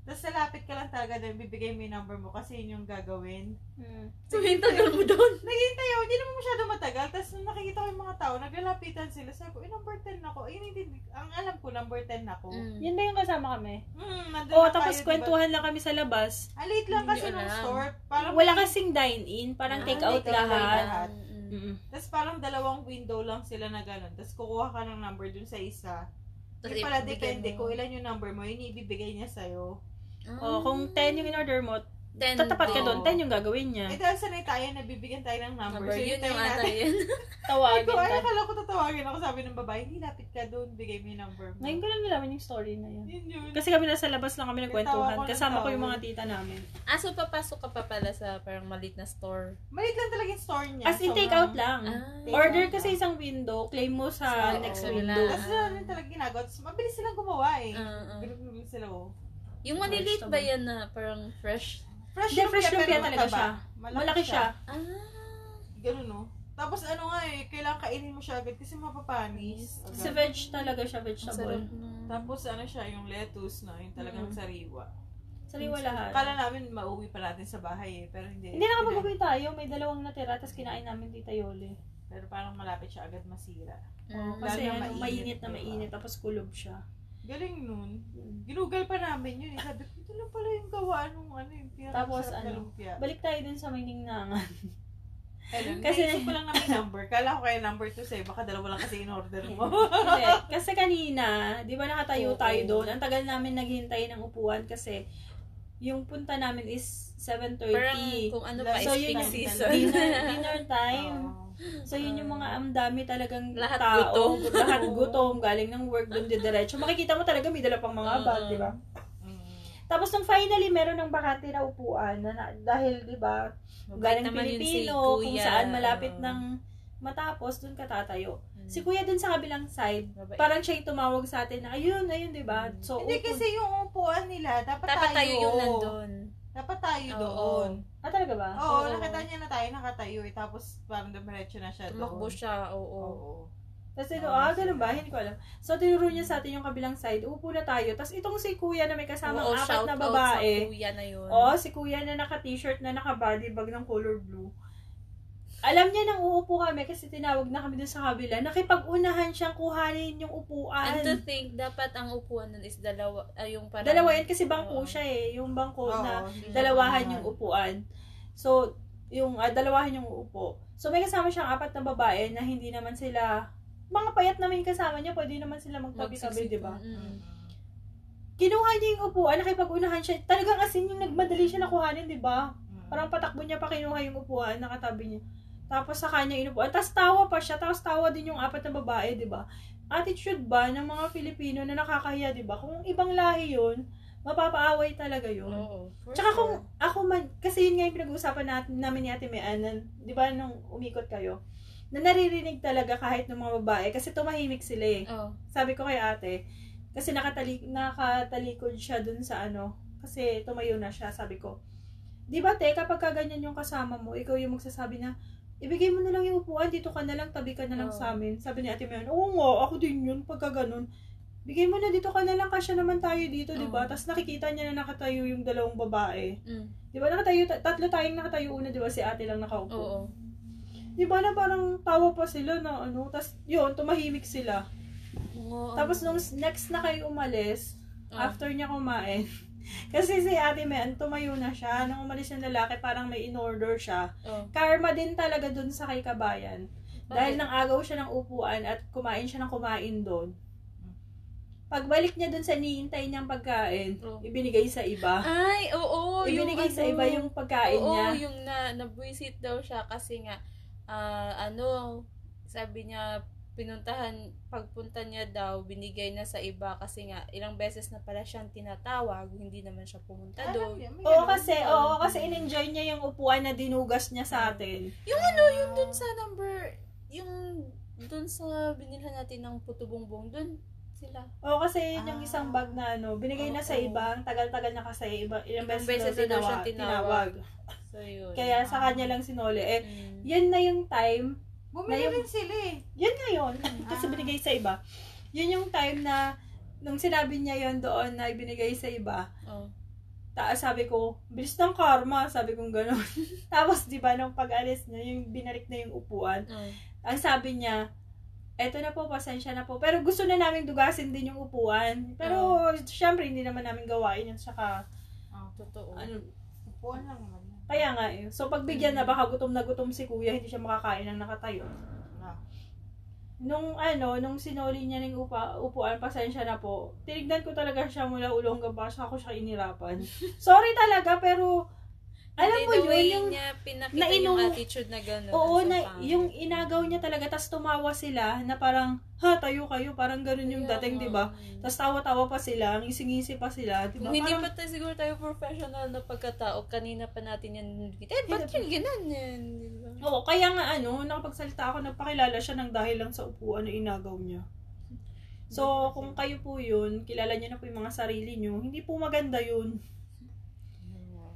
C: Tapos nalapit ka lang talaga doon, bibigay mo yung number mo kasi yun yung gagawin.
A: Mm.
B: So, yung tagal mo doon.
C: Naghihintay ako, hindi naman masyado matagal. Tapos nung nakikita ko yung mga tao, naglalapitan sila. Sabi ko, eh, number 10 na ako. Eh, hindi, ang alam ko, number 10 na ako. Mm.
B: Hmm.
A: Yun ba yung kasama kami?
C: nandun
A: Oo,
C: na
A: tapos
C: tayo,
A: kwentuhan lang kami sa labas.
C: Diba? Ah, late lang
B: Hindi
C: kasi
B: ko
C: nung
B: alam.
C: store. Parang
A: Wala kasing dine-in, parang
B: Ah,
A: take-out
C: take-out lang.
A: lahat.
C: lahat.
B: Mm.
A: Mm.
C: Tapos parang dalawang window lang sila na ganun. Tapos kukuha ka ng number dun sa isa.
B: Tas
C: Tapos pala,
B: ibibigay
C: depende
B: mo.
C: kung ilan yung number mo, yun yung ibibigay niya sa'yo.
B: Ah.
A: Oh, kung 10 yung in-order mo,
B: 10
A: tatapat ka
B: din.
A: doon, 10 yung gagawin niya.
C: Eh, dahil sanay tayo, nabibigyan tayo ng number.
B: Number,
C: so,
B: yun yung
C: tayo
B: ata yun.
A: Tawagin
C: Ikaw, ay,
A: ka.
C: akala ko tatawagin ako. Sabi ng babae, hindi lapit ka doon. Bigay mo yung number mo.
A: Ngayon ko lang nalaman yung story na yun.
C: Yun yun.
A: Kasi kami nasa labas lang kami
C: Nagtawa
A: nagkwentuhan.
C: ko ng
A: Kasama ko
C: tawa.
A: yung mga tita namin.
B: ah, so papasok ka pa pala sa parang malit na store.
C: Maliit lang talaga yung store niya.
A: As in,
C: Sobrang-
A: take-out lang.
B: Ah.
A: Order kasi isang window, claim mo sa
B: Sa-
A: next
B: oo.
A: window.
C: Tapos yun yun talaga ginagawa. Tapos mabilis silang gumawa eh.
B: Ah, ah.
C: Bilog-bilog sila oh.
B: Yung maliliit ba yan na parang fresh?
C: Fresh
A: Hindi, fresh
C: pero
A: lumpia talaga
C: mataba.
A: siya. Malaki siya.
B: Ah.
C: Ganun oh. Tapos ano nga eh, kailangan kainin mo siya agad kasi mapapanis.
A: Kasi
C: Agad.
A: veg talaga siya,
B: Ang sarap
A: vegetable.
B: nun.
C: Tapos ano siya, yung lettuce no, yung talagang
A: Mm.
C: sariwa.
A: Sariwa lahat.
C: Akala namin mauwi pa natin sa bahay eh, pero hindi.
A: Hindi nakapag-uwi tayo, may dalawang natira, tapos kinain namin tita Yoli.
C: Pero parang malapit siya agad masira.
A: Oo,
B: Mm.
A: kasi
C: Lalo na
A: ano,
C: mainit,
A: mainit na
C: diba?
A: mainit, tapos kulob siya.
C: Galing nun. Ginugal pa namin yun. Eh. Sabi ko, ito lang pala yung gawa nung ano yung pinaka
A: Tapos
C: sarap na
A: ano?
C: lumpia.
A: Balik tayo dun sa may ningnangan.
C: Ayun,
A: Kasi-
C: naisip ko lang na may number. Kala ko kaya number to sa'yo. Baka dalawa lang kasi in-order mo.
A: Hindi, kasi kanina, di ba nakatayo
B: Oo.
A: tayo doon, ang tagal namin naghintay ng upuan kasi yung punta namin is 7.30.
B: Parang kung ano pa,
A: so
B: is
A: yun
B: peak
A: yung
B: season.
A: dinner, dinner time.
C: Oo.
A: So, yun yung mga ang dami talagang
B: Lahat
A: tao.
B: gutom.
A: Lahat gutom. Galing ng work doon didiretso. Makikita mo talaga may dala pang mga
B: Oo.
A: bag, di ba?
C: Mm.
A: Tapos nung finally, meron ng bakante na upuan na, na- dahil, di ba,
B: Mabait
A: galing
B: naman yun si
A: Pilipino, kung
B: Ah, Kuya.
A: saan malapit
B: Oo.
A: ng matapos, doon ka tatayo.
B: Mm.
A: Si kuya doon sa kabilang side,
B: Mabait.
A: parang siya yung tumawag sa atin na, ayun, ayun, di ba? So,
C: Hmm. Hindi
A: upon-
C: kasi yung upuan nila, dapat,
B: Dapat tayo yung
C: oo.
B: nandun.
C: Dapat tayo
B: Oo.
C: doon.
A: Ah, talaga ba?
C: Oo,
B: Oo.
C: nakita niya na tayo nakatayo eh. Tapos parang dumiretso na siya
B: Tumakbo
C: doon.
B: siya, oo.
C: Oo.
A: Tapos ito,
C: Oo,
A: ah,
C: sila.
A: ganun ba? Hindi ko alam. So, tinuro niya sa atin yung kabilang side, upo na tayo. Tapos itong si kuya na may kasamang
B: Oo,
A: apat na
B: shoutout
A: babae,
B: Sa kuya na yun.
A: Oh, si kuya na naka-t-shirt na naka-body bag ng color blue. Alam niya nang uupo kami kasi tinawag na kami dun sa kabila. Nakipag-unahan siyang kuhanin yung
B: And to
A: upuan.
B: think, dapat ang upuan nun is dalawa, ay yung parang...
A: Dalawa yan kasi bangko
B: Oo.
A: siya eh. Yung bangko
C: Oo,
A: na
C: hindi siya
A: dalawahan
C: naman.
A: yung upuan. So, yung ah, dalawahan yung upo. So, may kasama siyang apat na babae na hindi naman sila mga payat naman yung kasama niya, pwede naman sila magtabi-tabi,
B: Magsisipon,
A: di ba?
B: mm.
A: Kinuha niya yung upuan, nakipag-unahan siya. Talagang asin yung nagmadali siya nakuhanin, di ba?
C: Mm.
A: Parang patakbo niya pa kinuha yung upuan, nakatabi niya. Tapos sa kanya inupuan. Tapos tawa pa siya. Tapos tawa din yung apat na babae, di ba? Attitude ba ng mga Filipino na nakakahiya, di ba? Kung ibang lahi yun, mapapaaway talaga yun.
B: Oo. for
A: Tsaka kung
B: sure.
A: ako man, kasi yun nga yung pinag-uusapan natin, namin ni Ate Mian, na, di ba, nung umikot kayo, na naririnig talaga kahit ng mga babae kasi tumahimik sila eh.
B: Oo.
A: Sabi ko kay ate, kasi nakatali, nakatalikod siya dun sa ano, kasi tumayo na siya, sabi ko, di ba te, kapag ka ganyan yung kasama mo, ikaw yung magsasabi na, ibigay mo na lang yung upuan, dito ka na lang, tabi ka na lang
B: Oo.
A: sa amin. Sabi ni ate Mayon, oo nga, ako din yun, pagka ganun. Bigay mo na dito ka na lang, kasya naman tayo dito, di ba?
B: Oo.
A: Tapos nakikita niya na nakatayo yung dalawang babae.
B: Mm.
A: Di ba, nakatayo, ta- tatlo tayong nakatayo una, di ba? Si ate lang nakaupo.
B: Oo.
A: Di ba na parang tawa pa sila na ano, tapos yun, tumahimik sila.
B: Oo.
A: Tapos nung next na kayo umalis,
B: Oo.
A: after niya kumain, kasi si Ate May, tumayo na siya.
B: oh.
A: Nung umalis yung lalaki, parang may in-order siya.
B: Oo.
A: Karma din talaga dun sa kay Kabayan. Dahil nang agaw siya ng upuan at kumain siya ng kumain doon. Pagbalik niya doon sa niintay niyang pagkain,
B: Oh.
A: ibinigay sa iba.
B: Ay, oo. yung
A: ibinigay sa
B: ano,
A: iba yung pagkain
B: oo,
A: niya.
B: yung na, nabwisit daw siya kasi nga, ah, ano, sabi niya, pinuntahan, pagpunta niya daw, binigay na sa iba kasi nga, ilang beses na pala siyang tinatawag, hindi naman siya pumunta doon.
A: "Ano Oo kasi, oh, oo kasi in-enjoy niya yung upuan na dinugas niya sa atin.
B: Yung ano, yung dun sa number, yung dun sa binilhan natin ng puto bongbong, dun sila.
A: Oo kasi yun yung
C: Ah.
A: isang bag na ano, binigay na sa
B: Oo.
A: iba, ang tagal-tagal na kasi iba, ilang
B: Ilang
A: beses, daw
B: beses na daw
A: tinawa-
B: siyang tinawag.
A: tinawag.
B: So, yun.
A: Kaya sa kanya lang sinole. Eh,
B: Mm.
A: yun na yung time na
C: Bumili
A: yung-
C: rin sila eh.
A: yun na yun. Kasi
C: Ah.
A: binigay sa iba. Yun yung time na, nung sinabi niya yon doon na ibinigay sa iba,
B: Oh.
A: taas sabi ko, bilis ng karma, sabi kong gano'n. Tapos, di ba, nung pag-alis niya, yung binalik na yung upuan,
B: Mm.
A: ang sabi niya, eto na po, pasensya na po. Pero gusto na namin dugasin din yung upuan. Pero, syempre, hindi naman namin gawain yun. Saka,
B: Totoo.
A: ano,
C: Upuan lang naman. yun.
A: kaya nga eh. So, pagbigyan na, baka gutom na gutom si kuya, hindi siya makakain ng nakatayo.
C: Ah.
A: nung ano, nung sinoli niya ng upa, upuan, pasensya na po. Tinignan ko talaga siya mula ulo hanggang basa ako siya inirapan. Sorry talaga, pero alam
B: Hindi,
A: mo
B: the
A: yun,
B: way
A: yung,
B: niya pinakita
A: nainung-
B: yung attitude na gano'n.
A: oo,
B: sa
A: na,
B: tao.
A: yung inagaw niya talaga, tas tumawa sila na parang, ha, tayo kayo, parang ganun yung
B: Ayun,
A: dating,
B: oo.
A: di ba? Tas tawa-tawa pa sila, ngisi-ngisi pa sila, di
B: Hmm.
A: ba?
B: Kung hindi
A: Parang-
B: pa tayo siguro tayo professional na pagkatao, kanina pa natin yan nililipit. Eh, ba't yung ganun yan? diba? Di ba?
A: Oo, kaya nga ano, nakapagsalita ako, nagpakilala siya ng dahil lang sa upuan na inagaw niya. So, kung kayo po yun, kilala niyo na po yung mga sarili niyo, hindi po maganda yun.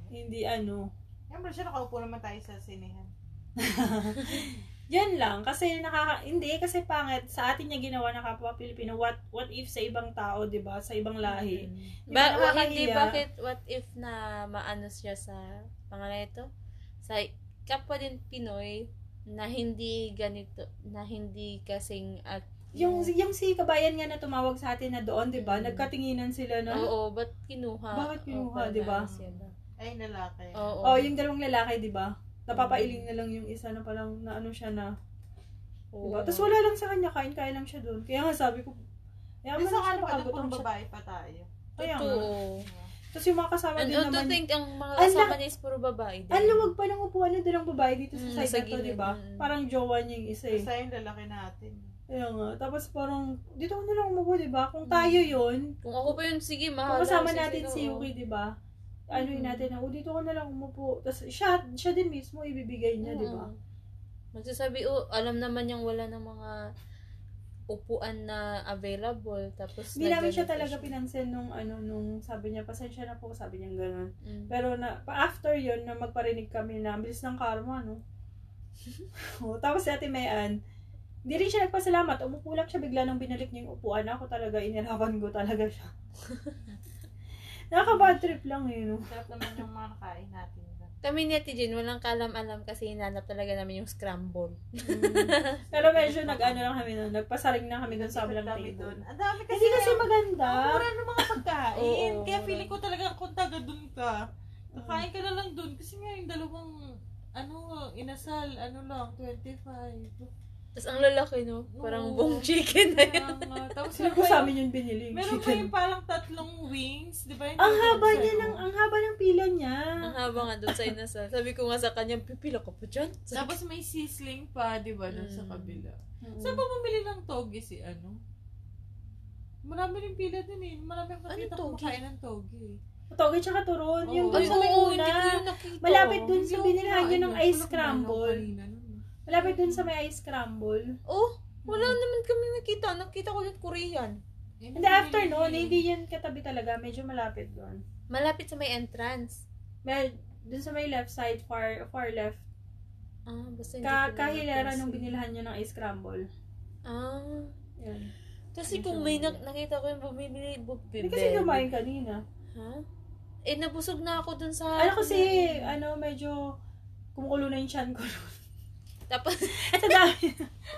A: Hindi ano.
C: Siyempre siya nakaupo naman tayo sa sinihan.
A: Yan lang, kasi nakaka... Hindi, kasi pangit. Sa atin niya ginawa na kapwa Pilipino, what, what if sa ibang tao, di ba? Sa ibang lahi. Di
B: Ba,
A: ba
B: hindi
A: Mm. nakakahiya?
B: bakit, what if na maano siya sa, pangalan ito? Sa kapwa din Pinoy, na hindi ganito, na hindi kasing at
A: Yung, yung si kabayan nga na tumawag sa atin na doon, di ba?
B: Mm.
A: Nagkatinginan sila na.
B: Oo, ba't kinuha?
A: Bakit kinuha,
B: Oo, parang
A: di ba?
B: ano sila.
C: Ay, lalaki.
B: Oo.
A: Oh, yung dalawang lalaki, di ba? Napapailing na lang yung isa na parang na ano siya na
B: Oo.
A: Diba? Tapos wala lang sa kanya, kain-kain lang siya doon. Kaya nga sabi ko, kaya man
C: Kasi sa
A: siya
C: kanila pa,
A: nakagutom
C: pang
A: siya.
C: babae pa tayo.
A: Kaya nga.
B: Totoo.
A: Tapos yung mga kasama
B: And
A: din
B: to
A: naman,
B: think, ang mga
A: Ang
B: kasama niya is puro babae din.
A: ang luwag pa ng upuan na dalang babae dito
B: Mm,
A: sa
B: sa
A: side na to,
B: gilid,
A: diba?
B: mm.
A: Parang jowa niya yung isa eh.
C: Kasi yung lalaki natin.
A: Kaya nga. Tapos parang, dito ko na lang umupo, diba?
B: Mm.
A: Kung tayo yun,
B: Kung ako pa yun, sige, mahal.
A: kung kasama
B: Sige,
A: natin
B: sige,
A: si
B: oo.
A: Yuki, diba? Ano yun
B: Mm.
A: natin, oh, dito ko na lang umupo. Tapos siya, siya din mismo ibibigay niya,
B: Oo.
A: diba?
B: Magsasabi, oh, alam naman niyang wala ng mga upuan na available. Tapos,
A: Hindi namin
B: nagano
A: siya
B: pa
A: talaga
B: siya.
A: pinansin nung ano, nung sabi niya, pasensya na po, sabi niya ganun.
B: Mm.
A: Pero na, pa after yun, na magparinig kami na, ang bilis ng karma, no? Oo, tapos si Ate Mayan, hindi rin siya nagpasalamat. Umupo lang siya bigla nang binalik niya yung upuan. Ako talaga, inirapan ko talaga siya. Nakaka-bad trip lang eh, no?
C: Sarap naman yung mga nakain natin. doon.
B: Kami ni Ate Jane, walang kalam-alam kasi hinanap talaga namin yung scramble.
A: Pero medyo nag-ano lang kami nun, nagpasaring na kami dun sa
C: Ang
A: kabilang
C: dami doon.
A: table.
C: Ang dami kasi.
A: Hindi kasi maganda.
C: Ang mura ng mga pagkain.
B: Oo.
C: Kaya feeling ko talaga kung taga doon ka, kakain ka na lang doon. Kasi nga yung dalawang, ano, inasal, ano lang, 25.
B: Tapos, ang lalaki, no? Parang
C: Oo.
B: buong chicken na yun.
C: Kaya nga. Tapos
A: Sino ko sa amin yung binili? yung
C: Meron pa
A: chicken.
C: yung parang tatlong wings, di ba? Yung ano?
A: Ang
C: tatlong
A: haba
C: sa'yo.
A: niya ng, ang haba ng pila niya.
B: Ang haba nga doon sa inasal. Sabi ko nga sa kanya, pipila ka pa dyan.
C: Tapos may sizzling pa, di ba, doon sa
B: Mm.
C: kabila.
A: Mm.
C: Saan pa bumili ng togi si ano? Marami rin pila din eh. Marami akong
B: Ano
C: nakita
B: togi?
C: kung kumakain ng togi.
A: Togi tsaka turon. Yung
C: Oo.
A: dun
B: Ay,
A: sa
B: oo,
A: may
B: hindi ko
A: una.
B: yung nakita.
A: Malapit dun
C: Hindi
A: sa
C: ako
A: binilhan niyo
C: kumain
A: ng
C: nun.
A: ice
C: Wala kumain
A: crumble.
C: ako kanina nun.
A: Malapit dun sa may ice crumble.
B: Oh, wala naman kami nakita. Nakita ko yung Korean.
C: Yun
A: Hindi,
C: yung
A: after
C: binili.
A: noon, hindi yun katabi talaga. Medyo malapit doon.
B: Malapit sa may entrance.
A: Med, dun sa may left side, far, far left.
B: Ah, basta hindi
A: Ka,
B: ko na
A: kahilera
B: napansin.
A: nung binilhan nyo ng ice crumble.
B: Ah.
A: Yan. Hindi
B: Kasi kung
A: siya
B: may
A: bumili.
B: nak- nakita ko yung bumibili,
A: Hindi
B: bumibili.
A: kasi kumain kanina.
B: Ha? Eh, nabusog na ako dun sa...
A: Ano kasi, ano, medyo kumukulo na yung chan ko.
B: Tapos,
A: At ang dami.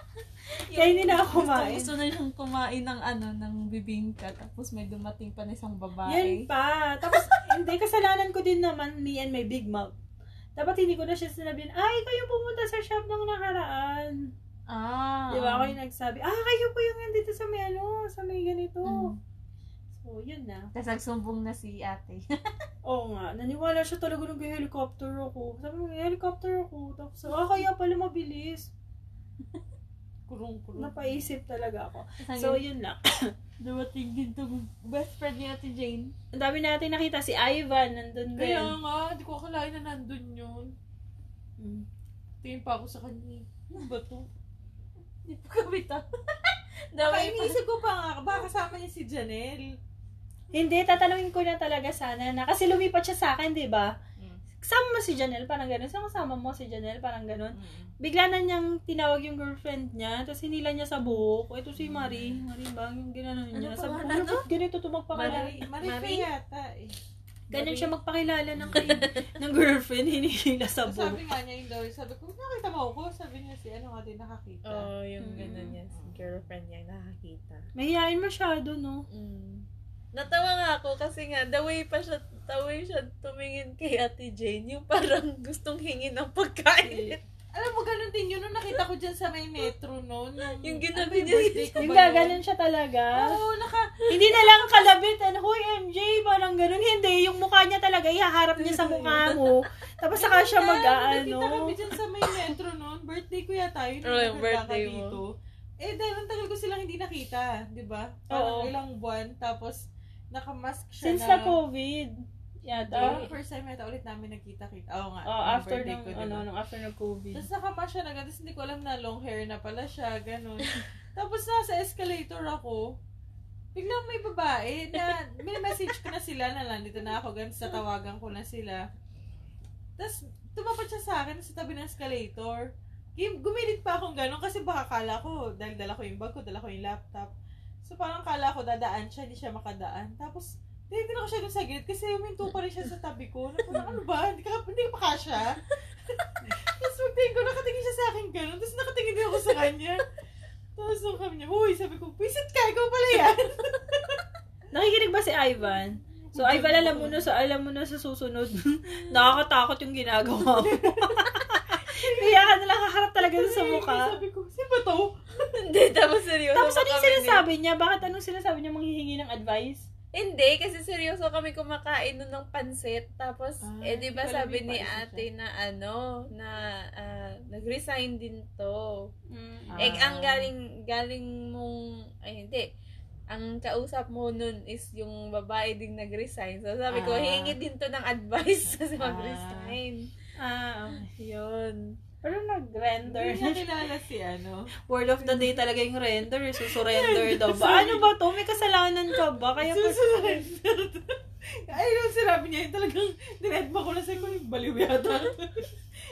A: Kaya hindi na ako kumain.
D: Gusto, gusto na niyang kumain ng ano, ng bibingka. Tapos may dumating pa na isang
A: Yan
D: babae.
A: pa. Tapos, hindi, kasalanan ko din naman, me and my big mouth. Dapat hindi ko na siya sinabihin, ay, kayo pumunta sa shop nung nakaraan.
D: Ah.
A: Di ba ako yung nagsabi, ah, kayo po yung nandito sa may ano, sa may ganito.
D: Mm.
A: So, yun na.
D: Tapos nagsumbong na si ate.
A: Oo nga, naniwala siya talaga nung helicopter ako. Sabi mo, helicopter ako. Tapos, ah, kaya pala mabilis.
C: Kurong kurong.
A: Napaisip talaga ako.
D: so,
A: So, yun lang.
D: dumating din tong best friend ni ate Jane.
A: Ang dami natin nakita, si Ivan, nandun din.
C: Kaya nga, di ko akalain na nandun yun.
A: Mm.
C: Tingin pa ako sa kanya. Ano ba to?
D: Hindi pa kami ta.
C: Baka
D: Dami pa.
C: iniisip ko pa nga, baka kasama niya si Janelle.
A: Hindi, tatanungin ko na talaga sana na. Kasi lumipat siya sa akin, di ba?
C: Mm.
A: Kasama mo si Janelle, parang ganun. Saan kasama mo si Janelle, parang ganun. Bigla na niyang tinawag yung girlfriend niya, tapos hinila niya sa buhok. Ito si Marie. Marie bang? Yung ginanon
D: Ano
A: niya. Sabi ko,
D: pangalan
A: ano ba't ganito to magpakilala?
C: Marie, Marie,
B: Marie?
C: Faye yata eh.
A: Ganun siya magpakilala ng, ng girlfriend, hinihila sa
C: So,
A: buhok.
C: sabi nga niya yung daw, eh. sabi ko, nakita mo ako? Sabi niya si ano nga din nakakita.
B: Oo, oh, yung
A: Mm.
B: ganun niya. Si girlfriend niya yung nakakita.
A: Mahihain masyado, no?
B: Mm. Natawa nga ako kasi nga, the way pa siya, the way siya tumingin kay Ate Jane, yung parang gustong hingin ng pagkain.
A: Mm.
C: Alam mo, ganun din yun nung nakita ko dyan sa may metro noon. Nung,
B: Yung
C: ano
B: ginabi
C: ba
B: niya.
C: birthday ko
A: Yung
C: ba yun?
A: gaganon siya talaga.
C: Oo, naka,
A: Hindi na lang kalabit and, Hoy, MJ, parang ganun. Hindi, yung mukha niya talaga, ihaharap niya sa mukha mo. Tapos saka siya
C: Nakita kami
A: mag-ano.
C: dyan sa may metro noon. Birthday ko yata yun.
B: Oo, Oh, yung birthday mo.
C: dito. Eh, dahil ang tagal ko silang hindi nakita, di ba?
A: Oo.
C: Parang ilang buwan, tapos nakamask siya
A: Since na
C: na.
A: COVID. Yata.
C: Parang first time yata ulit namin nagkita-kita. Oo nga.
A: Oh,
C: yung
A: after
C: birthday
A: ng,
C: ko, diba? di ba?
A: ano, nung after ng COVID.
C: Tapos nakamask siya na ganun. Tapos hindi ko alam na long hair na pala siya. Ganun. tapos nasa escalator ako. Biglang may babae na may message ko na sila na lang. Dito na ako. Ganun sa tawagan ko na sila. Tapos tumapat siya sa akin sa tabi ng escalator. Gim- Gumilit pa akong ganun kasi baka kala ko, dahil dala ko yung bag ko, dala ko yung laptop. So parang kala ko dadaan siya, hindi siya makadaan. Tapos hindi ko siya dun sa gate kasi huminto pa rin siya sa tabi ko. Na parang ano ba? Hindi ka, hindi ka pa kasya. Tapos pagtingin ko, nakatingin siya sa akin ganun. Tapos nakatingin din ako sa kanya. Tapos nung kami niya, huy, sabi ko, visit ka, ikaw pala yan.
A: Nakikinig ba si Ivan? So, Ivan, alam mo na sa, alam mo na sa susunod. Nakakatakot yung ginagawa mo. Kaya ka nalang kaharap talaga dun sa mukha.
C: Sabi ko, sino ba to?
B: Hindi, tapos seryoso
A: Tapos
B: pa
A: ano yung
B: kami
A: sinasabi niya? Bakit anong sinasabi niya manghihingi ng advice?
B: ni- Hindi, kasi seryoso kami kumakain nun ng pansit. Tapos,
C: Ah,
B: eh, di ba
C: hindi ko alam
B: sabi
C: yung
B: ni
C: paisa
B: ate na ano, na ah, nag-resign din to.
A: Mm.
B: Eh,
C: Ah.
B: ang galing, galing mong, ay hindi, ang kausap mo nun is yung babae ding nag-resign. So, sabi ko,
C: Ah.
B: hingi din to ng advice kasi
C: Ah.
B: mag-resign.
A: Ah, okay.
B: Yun.
A: Pero nag-render.
C: Hindi niya kilala si ano.
A: Word of the day talaga yung render. eh. Susurrender daw ba? Ano ba to? May kasalanan ka ba? Kaya pa...
C: Susurrender. Ay, yung sinabi niya yun talagang dinedma ko na sa'yo kung yung baliw yata.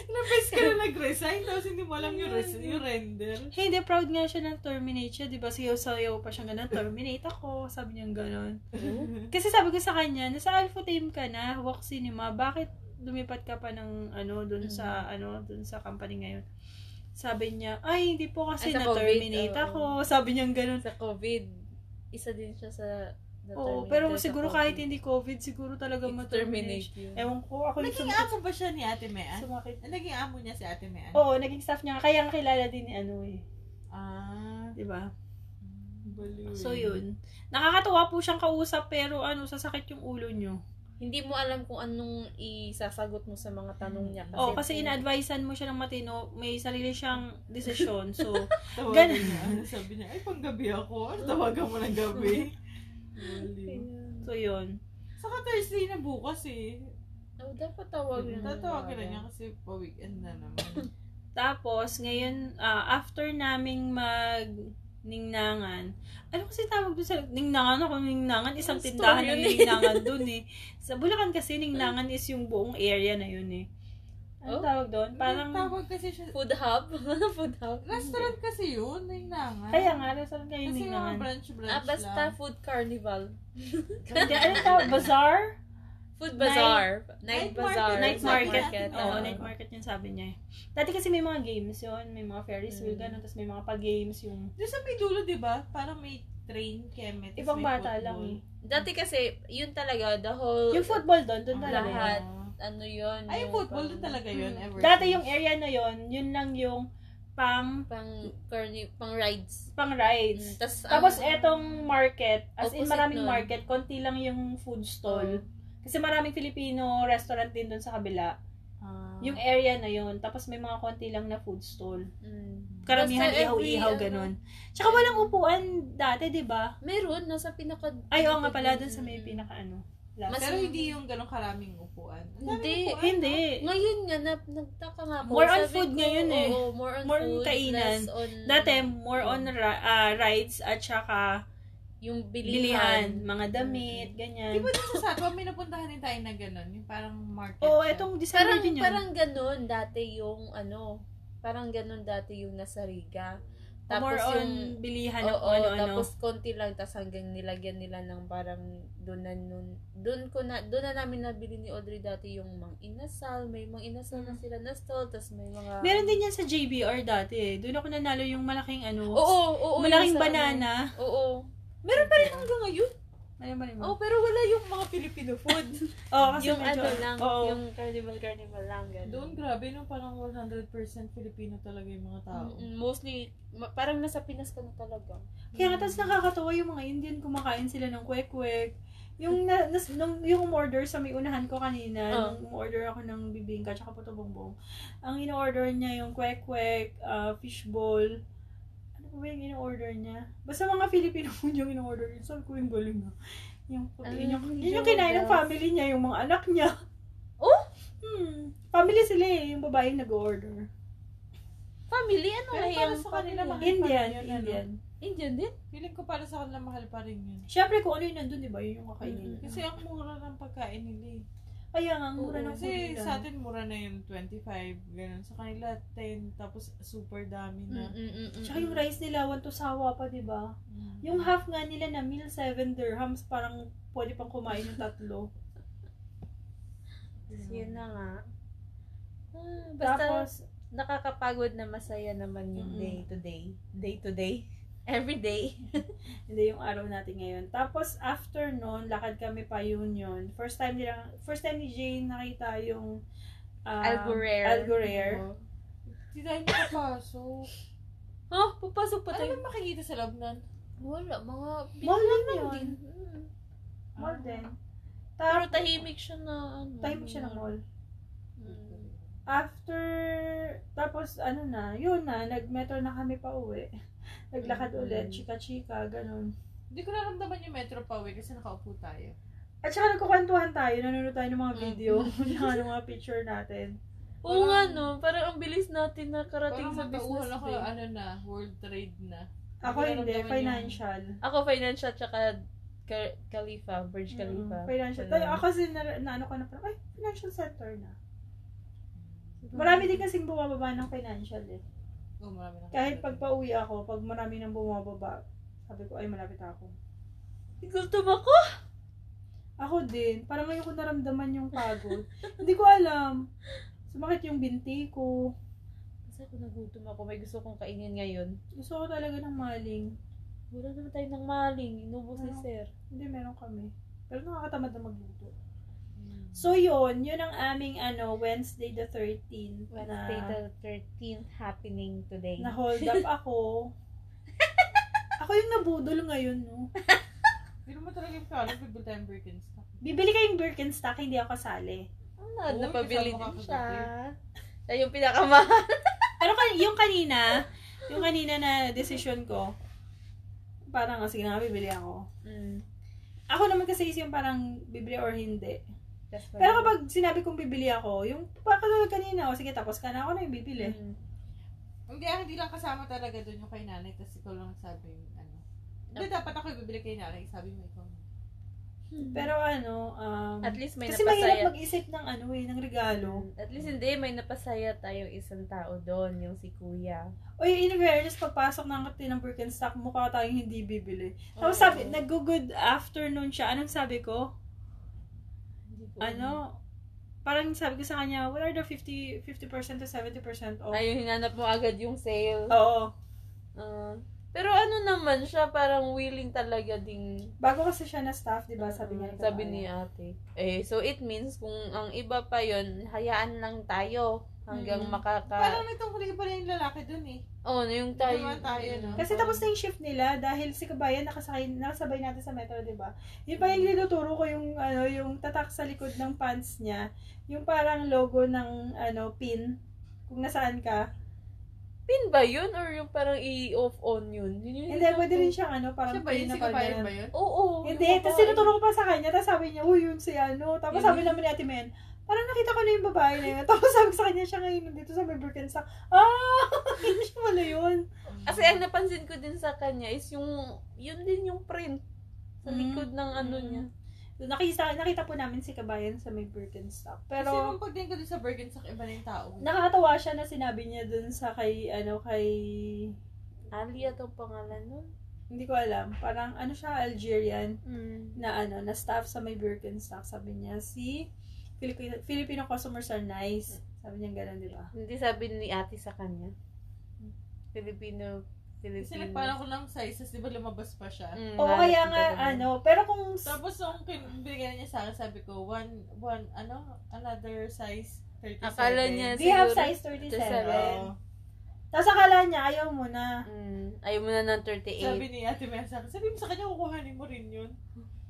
C: Ilang beses ka na nag-resign, tapos hindi mo alam yung, res- yung render.
A: Hey, hindi, proud nga siya ng terminate siya. Diba, sayaw-sayaw pa siya ganun. Terminate ako. Sabi niya ganun. Kasi sabi ko sa kanya, nasa Alpha Team ka na, walk cinema, bakit lumipat ka pa ng ano, dun sa, ano, dun sa company ngayon? Sabi niya, ay, hindi po kasi
B: Ay, sa
A: na-terminate
B: COVID, oo.
A: ako. Sabi niya ganun.
B: Sa COVID, isa din siya sa
A: Oo, pero siguro kahit hindi COVID, siguro talaga ma-terminate.
B: terminate yun.
A: Ewan ko, ako yung
C: Naging
A: sumakit.
C: amo ba siya ni Ate Mea?
A: sumakit.
C: Naging amo niya si Ate Mea?
A: Oo, naging staff niya. Kaya ang kilala din ni ano eh.
C: Ah,
A: Diba?
C: baliw.
A: So, yun. Nakakatuwa po siyang kausap, pero ano, sasakit yung ulo niyo.
B: Hindi mo alam kung anong isasagot mo sa mga tanong niya.
A: Oo, kasi ina-advisean mo siya ng matino. May sarili siyang desisyon. So,
C: Tawagan
A: Ganun.
C: niya. Ano sabi niya? Ay, panggabi ako. Ano tawagan mo ng gabi? Baliw.
A: so yun.
C: Saka Thursday na bukas eh.
B: Oh, dapat tawagin na.
C: Tatawagin na niya kasi pa-weekend na naman.
A: Tapos, ngayon, ah, after naming mag ningnangan. Ano kasi tawag doon sa ningnangan ako ningnangan isang
B: Store
A: tindahan
B: yun
A: ng
B: eh.
A: ningnangan doon eh. Sa Bulacan kasi ningnangan is yung buong area na yun eh. Ano
B: Oh?
A: tawag doon?
C: Parang...
A: Parang
C: Tawag kasi siya.
B: Food hub? food hub?
C: Restaurant kasi yun, nainangan.
A: kaya nga restaurant kayo
C: Kasi yung mga
A: ningnangan.
C: branch-branch
B: Ah, basta
C: lang.
B: food carnival.
A: Hindi ano tawag bazaar?
B: Food
A: Night-
B: bazaar.
C: Night
B: Night,
C: market.
B: bazaar.
A: Night
B: Sa
A: market.
B: Oo,
A: Oo, night market yung sabi niya eh. Dati kasi may mga games yun, may mga Ferris wheel
B: Mm.
A: ganun, tapos may mga pa-games yung
C: Doon sa may dulo, di ba? Parang may train, keme. tas
A: ibang
C: may
A: bata
C: football.
A: lang eh.
B: Dati kasi, yun talaga, the whole,
A: Yung football doon, doon
C: Ang
A: talaga. yun.
B: Oh. Lahat.
C: ganda.
B: ano yun.
C: Ay, yung football doon talaga yun.
A: Mm.
C: ever
A: Dati
C: since.
A: yung area na yon, yun lang yung pang
B: Pang, carni- pang rides.
A: pang rides.
B: Mm, tas,
A: Tapos eh,
B: ano,
A: etong market, as in
B: Opposite
A: maraming
B: nun. Mm.
A: market, konti lang yung food stall.
B: Oo.
A: Kasi maraming Filipino restaurant din doon sa kabila.
B: Mm.
C: Ah.
A: Yung area na yun. Tapos may mga konti lang na food stall.
B: mm.
A: Karamihan
B: Basta every,
A: ihaw-ihaw,
B: ano,
A: ganun. Tsaka walang upuan dati, di ba?
B: Meron, no, sa pinaka...
A: Ay, oo nga pala, doon sa may
B: Mm.
A: pinaka ano.
B: Mas-
C: Pero hindi yung ganong karaming upuan. Ang daming
B: Hindi.
C: upuan, no?
A: Hindi.
B: Ngayon nga, nag nagtaka nga ako.
A: More on
B: Sabi
A: food
B: ko,
A: ngayon eh.
B: oo, more on
A: More on
B: food.
A: kainan.
B: less on
A: Dati, more on ri- ah, rides at tsaka
B: yung
A: bilihan.
B: bilihan. Mm.
A: Mga damit, ganyan.
C: Di ba dun sa Satwa, may napuntahan din tayo na gano'n? Yung parang market.
A: Oo, oh,
C: siya.
A: etong December
B: Parang,
A: din yun.
B: parang ganun dati yung ano, parang ganun dati yung nasa Riga. Tapos
A: more on
B: yung,
A: bilihan
B: oo,
A: o ano-ano.
B: Ano, tapos konti lang, tas hanggang nilagyan nila ng parang doon na nun, doon ko na, doon na namin nabili ni Audrey dati yung mang inasal, may mang inasal na sila na stall, tas may mga...
A: Hmm. Meron din yan sa JBR dati. eh. Doon ako nanalo yung malaking ano.
B: Oo, oo, oo.
A: malaking
B: yung sa- ano.
A: banana.
B: Oo. Meron pa rin hanggang ngayon.
A: Ano ba naman?
B: Oh, pero wala yung mga Filipino food.
A: Oo, oh, kasi
B: yung
A: medyo-
B: ano lang,
A: Ah, oo.
B: yung carnival carnival lang ganun.
C: Doon, grabe, no, parang 100% Filipino talaga yung mga tao.
B: Mm, mostly ma- parang nasa Pinas ka na talaga.
A: Kaya nga, tapos nakakatawa yung mga Indian kumakain sila ng kwek-kwek. Yung, na, nas, nung, yung order sa may unahan ko kanina,
B: Oh.
A: nung order ako ng bibingka tsaka puto bongbong, ang in-order niya yung kwek-kwek, uh, fishball, ano ba yung in-order niya? Basta mga Filipino food yung in-order. niya. Sabi ko yung galing na. Yung,
B: Ah,
A: yun yung, yun yung
B: Jollibee.
A: kinain ng family niya, yung mga anak niya.
B: Oh?
A: Hmm. Family sila eh, yung babae nag-order.
B: Family ano
C: Pero
B: nga
C: para
B: yung
C: sa kanila,
B: family? ano?
C: Ay,
A: Indian,
C: parang yun,
A: Indian.
B: Indian din?
C: Feeling ko para sa kanila mahal pa rin yun.
A: Siyempre kung ano yung nandun, di ba? Yun yung kakainin
B: Mm.
A: nila.
C: Kasi ang mura ng pagkain nila eh.
A: Kaya nga, ang mura
B: Mm-hmm. Oo,
A: ng food
C: Kasi
A: nila.
C: sa atin mura na yung 25, ganun. Sa kanila 10, tapos super dami na.
A: Tsaka yung rice nila, one to sawa pa, di ba?
C: Mm.
A: Yung half nga nila na meal, seven dirhams, parang pwede pang kumain ng tatlo.
B: Yun na nga. Ah, basta
A: Tapos,
B: nakakapagod na masaya naman yung
A: Mm-mm.
B: day to day. Day to day. Every day.
A: hindi yung araw natin ngayon. Tapos, after nun, lakad kami pa union. First time nila, first time ni Jane nakita yung ah,
B: Algurere.
A: Algurere.
B: Mm-hmm.
C: Diba? Hindi tayo nakapasok.
B: Oh, papasok pa
C: ano
B: tayo.
C: ba makikita sa loob nun?
B: Wala, mga
A: Mall lang yun.
B: din. Mm.
A: Mall din.
B: Pero
A: Tapos,
B: tahimik siya na ano.
A: Tahimik siya ng mall.
B: Mm.
A: After, tapos ano na, yun na, nag-metro na kami pa uwi. Naglakad
B: Mm.
A: ulit, chika-chika, ganun.
C: Hindi ko naramdaman yung metro pa uwi kasi nakaupo tayo.
A: At saka nagkukwentuhan tayo, nanonood tayo ng mga
B: Mm-hmm.
A: video, tsaka ng mga picture natin.
B: Oo nga
C: Parang-
B: no, parang ang bilis natin nakarating
C: Parang
B: sa business
C: matauhan ako,
B: day.
C: ano na, world trade na.
A: Ako
C: Hindi
A: hindi,
C: naramdaman
A: financial.
B: Ako financial tsaka Ka- Khalifa, Burj Khalifa.
A: Mm, financial.
B: Ganun.
A: Tayo, ako kasi na, na ano ko na parang, ay, financial center na.
B: Mm-hmm.
A: Marami din kasing bumababa ng financial eh.
C: Oo, Oh, marami na.
A: Kahit pag pauwi ako, pag marami nang bumababa, sabi ko, ay, malapit ako.
B: Gutom ako.
A: Ako din, parang ngayon ko naramdaman yung pagod. hindi ko alam. Sumakit yung binti ko.
B: Kasi ako nagutom ako, may gusto kong kainin ngayon.
A: Gusto ko talaga ng maling.
B: Wala naman tayo ng maling, inubos ni
A: Ano?
B: sir.
A: Hindi, meron kami. Pero nakakatamad na magluto.
C: Hmm.
A: So yun, yun ang aming ano Wednesday the 13th
B: Wednesday
A: na,
B: the 13th happening today.
A: na hold up ako. ako yung nabudol ngayon, no.
C: Hindi naman talaga yung kala, bibili tayong Birkenstock.
A: Bibili kayong Birkenstock, hindi ako kasali.
B: Ang lahat
C: Oo,
B: Ano, napabili
C: kasama
B: din
C: ka
B: siya.
C: kagabi.
B: Siya yung pinakamahal.
A: Pero kan- yung kanina, yung kanina na decision ko, parang, ah, sige na nga, bibili ako.
C: Hmm,
B: Mm.
A: Ako naman kasi is yung parang bibili or hindi.
B: That's
A: Pero kapag sinabi kong bibili ako, yung pakatulad kanina, o sige, tapos ka na ako na yung bibili.
B: Mm.
C: Hmm. Hindi, ah, hindi lang kasama talaga doon yung kay nanay, tapos ikaw lang sabi yung ano. Hindi, dapat ako yung bibili kay nanay, sabi mo ikaw.
A: Pero ano, um,
B: At least may
A: kasi
B: napasaya.
A: mahirap mag-isip ng ano eh, ng regalo.
B: At least hindi, may napasaya tayong isang tao doon, yung si Kuya.
A: Uy, in fairness, pagpasok ng kati ng Birkenstock, mukha tayong hindi bibili. Tapos
C: Oo.
A: sabi, nag-good afternoon siya. Anong sabi ko?
B: Hindi ko
A: Ano? Parang sabi ko sa kanya, what are the 50, 50% to 70% off?
B: Ayun, hinanap mo agad yung sale.
A: Oo.
B: Ah. pero ano naman siya, parang willing talaga ding
A: Bago kasi siya na staff, di ba? Diba, Sabi niya.
B: Mm, sabi ni ate. Eh, so it means kung ang iba pa yon hayaan lang tayo Hanggang
A: Mm.
B: makaka...
C: Hmm. Parang nagtungkol pala yung lalaki dun eh.
B: Oo, oh, yung tayo.
C: Naman tayo, no?
A: Kasi tapos na yung shift nila dahil si Kabayan nakasakay, nakasabay natin sa metro, di ba? Yung parang tinuturo ko yung, ano, yung tatak sa likod ng pants niya, yung parang logo ng ano, pin, kung nasaan ka.
B: Pin ba yun? Or yung parang i-off on yun? yun yung
A: And then, pwede rin siyang ano, parang
C: Siya ba
A: pin
C: yun?
A: na
C: Si kabayan
A: parang
C: ba yun?
B: Oo. Oh,
A: Hindi, tapos tinuturo ko pa sa kanya, tapos sabi niya, uy, yun si ano. Tapos
B: Yun
A: sabi
B: yun.
A: naman ni Ate Men, parang nakita ko na yung babae na yun. Tapos sabi ko sa kanya, siya ngayon nandito sa may Birkenstock. Ah! Hindi siya pala yun.
C: Hmm.
B: Kasi ang napansin ko din sa kanya is yung, yun din yung print sa
A: Mm.
B: likod ng ano niya.
A: Nakita, nakita po namin si Kabayan sa may Birkenstock.
C: Pero, Kasi
A: Pero,
C: nung pagdating ko dun sa Bergensak, iba na yung tao.
A: nakakatawa siya na sinabi niya dun sa kay, ano, kay,
B: Ali at ang pangalan nun.
A: hindi ko alam, parang ano siya, Algerian na ano, na staff sa may Birkenstock. Sabi niya, si Filipino, Filipino customers are nice. Sabi niya ganun, di ba?
B: Hindi sabi ni ate sa kanya. Filipino, Filipino.
C: Kasi nagpala ko ng sizes, di ba lumabas pa siya?
B: Mm,
A: Oo,
B: halos
A: kaya
B: yung
A: nga,
B: ganun.
A: ano, pero kung,
C: Tapos yung kin- binigyan niya sa akin, sabi ko, one, one, ano, another size 37.
B: Akala niya
A: do you have
B: siguro-
A: size 37?
B: seven.
A: Tapos akala niya, ayaw mo na.
B: Mm, ayaw mo na ng 38.
C: Sabi ni Ate Mel sa akin, sabi mo sa kanya, kukuhanin mo rin yun.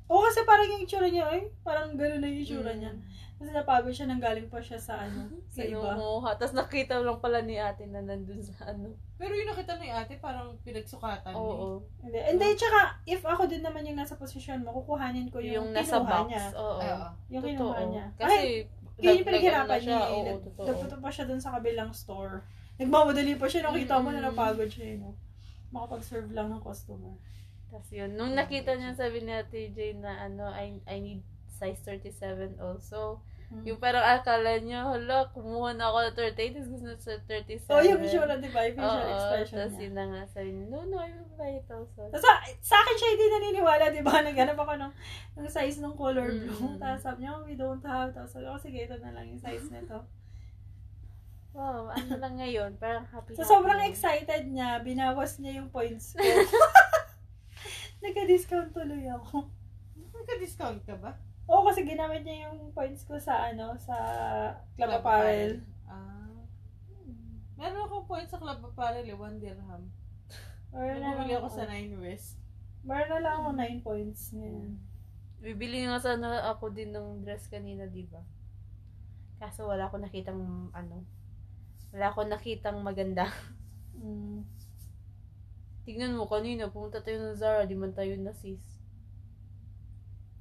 A: Oo, kasi parang yung itsura niya, eh. Parang ganun na yung itsura
B: Mm.
A: niya. Kasi napagod siya nang galing pa siya sa ano, sa iba.
B: Kinukuha. Tapos nakita lang pala ni ate na nandun sa ano.
C: Pero yung nakita ni Ate, parang pinagsukatan.
B: Oo.
C: Eh.
A: Hindi. And then, tsaka, if ako din naman yung nasa posisyon mo, kukuhanin ko yung,
B: Yung, nasa
A: kinuha
B: box.
A: niya.
B: Oo.
C: Ay, ah. oo.
A: Yung
B: Totoo.
A: kinuha niya.
B: Kasi,
A: Ay,
B: nag-
A: yun yung pinaghirapan
B: nag-ano na
A: niya.
B: siya.
A: eh.
B: Oo,
A: Nag-
B: totoo.
A: Nagpunta pa siya dun sa kabilang store. Nagmamadali pa siya. Nakita mo na
B: Mm-mm.
A: napagod siya, eh, no? Makapag-serve lang ng customer.
B: Tapos yun, nung nakita niya, sabi ni Ate Jane na ano, I, I need size 37 also.
A: Mm.
B: Yung parang akala niya, hala, kumuha na ako ng 38, tapos gusto na sa 37.
A: Oh, yung visual, di ba? Yung facial
B: Oo,
A: expression
B: Tapos
A: niya.
B: yun na nga, sabi niya, no, no, I will buy it also.
A: Tapos sa, sa akin siya hindi naniniwala, di ba? Naghanap ako ng, ng size ng color blue.
B: Mm.
A: Tapos sabi niya, oh, we don't have. Tapos sabi ko, "Oh, sige, ito na lang yung size nito.
B: Wow, ano lang ngayon, parang happy
A: So, sobrang excited niya, binawas niya yung points ko. Nagka-discount tuloy ako.
C: Nagka-discount ka ba?
A: Oo, kasi ginamit niya yung points ko sa, ano, sa Club Apparel.
C: Ah. hmm. Meron akong point sa Club Apparel, eh, one dirham.
A: Meron na
C: Bumili
A: lang
C: ako
A: ako.
C: sa Nine West.
A: Meron na lang ako 9 points. Ngayon.
B: Bibili nga sana ako din ng dress kanina, di ba? Kaso wala akong nakitang, ano, wala akong nakitang maganda.
A: Mm.
B: Tignan mo, kanina, pumunta tayo ng Zara, di man tayo na sis.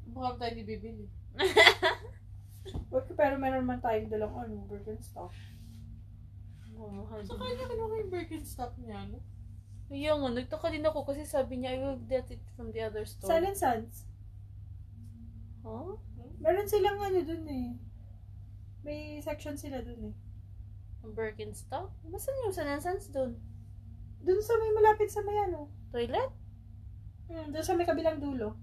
C: Bukam tayo ni eh. bibili.
A: Okay, pero meron man tayong dalawang ano, Birkenstock.
B: Mamahal
C: So,
B: din.
C: kanya kinuha yung Birkenstock niya, no?
B: Kaya nga, nagtaka din ako kasi sabi niya, I will get it from the other store.
A: Silent Sands.
B: Huh?
A: Meron silang ano dun eh. May section sila dun eh.
B: Ang Birkenstock? Masan yung sanansans doon?
A: Dun sa may malapit sa may ano.
B: Toilet?
A: Hmm, dun sa may kabilang dulo.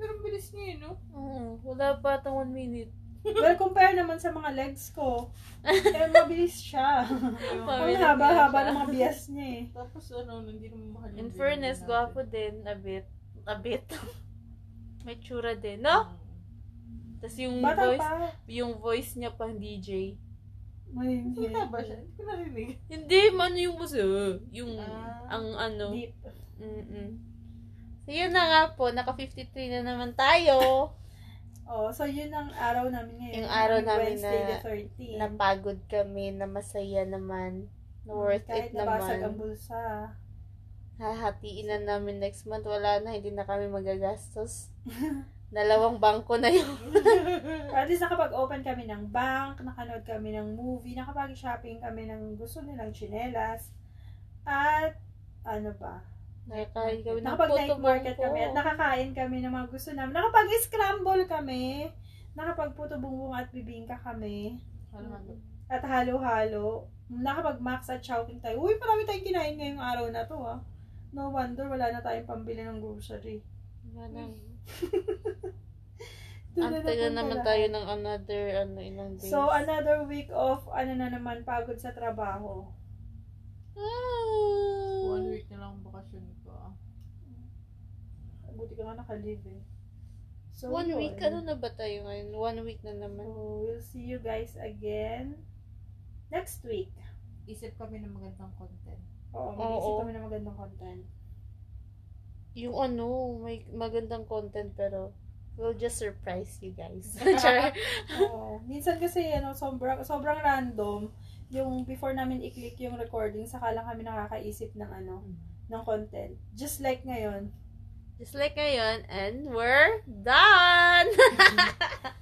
C: Pero ang bilis niya, eh, no?
B: Oo, wala pa atang one minute.
A: Well, compare naman sa mga legs ko. Pero mabilis siya. Ang
B: Mabilis
A: haba-haba
B: siya.
A: ng mga bias niya eh.
C: Tapos ano, hindi naman mahal
B: In
C: yung
B: fairness,
C: binili
B: gwapo
C: natin.
B: din, a bit. A bit. May tsura din,
C: Ah!
B: no? Tapos yung
A: Bata
B: voice,
A: pa.
B: yung voice niya pang DJ.
A: May
C: Kita ba siya? Hindi ko narinig.
B: Hindi, man yung buso. Yung,
C: Ah.
B: ang ano.
A: Deep.
B: Mm-mm. So, yun na nga po. Naka 53 na naman tayo.
A: Oh, so yun ang araw namin ngayon.
B: Yung araw namin
A: Wednesday
B: na-
A: the 13.
B: Napagod kami, na masaya naman. Na worth
A: Hmm, Kahit
B: it naman.
A: nabasag ang bulsa.
B: Hahatiin na namin next month. Wala na, hindi na kami magagastos. Dalawang bangko na yun.
A: At least nakapag-open kami ng bank, nakanood kami ng movie, nakapag-shopping kami ng gusto nilang chinelas. At ano ba?
B: Nakakain kami ng
A: Nakapag-night
B: puto
A: market
B: bangko.
A: kami at nakakain kami ng mga gusto namin. Nakapag-scramble kami. Nakapag-puto bumbong at bibingka kami.
C: ano,
B: ano.
A: At halo-halo. Nakapag-max at shouting tayo. Uy, marami tayong kinain ngayong araw na to ah. No wonder wala na tayong pambili ng grocery.
B: Wala na.
A: Doon
B: Ang
A: Hmm. na
B: taga
A: napunta
B: naman
A: lahat.
B: tayo ng another, ano, ilang days.
A: So, another week of, ano na naman, pagod sa trabaho.
B: Ah.
C: One week na lang ang bakasyon ko. ah.
A: Buti ka nga naka-live eh. So,
B: One ano
A: yun.
B: week, ano na ba tayo ngayon? One week na naman.
A: So, we'll see you guys again next week.
C: Isip kami ng magandang content.
A: Oo, mag-isip
B: Oo.
A: kami ng magandang content.
B: Yung ano, may magandang content pero we'll just surprise you guys. Char.
A: Oo. Minsan kasi, ano, sobrang, sobrang random. Yung before namin i-click yung recording, saka lang kami nakakaisip ng ano, ng content. Just like ngayon.
B: Just like ngayon, and we're done!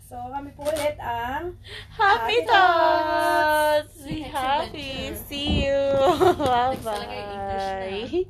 A: So, kami po ulit ang
B: Happy
A: Happy
B: thoughts! Be
D: Next
B: happy!
D: adventure.
B: See you!
D: talaga yung English na.
B: Bye-bye!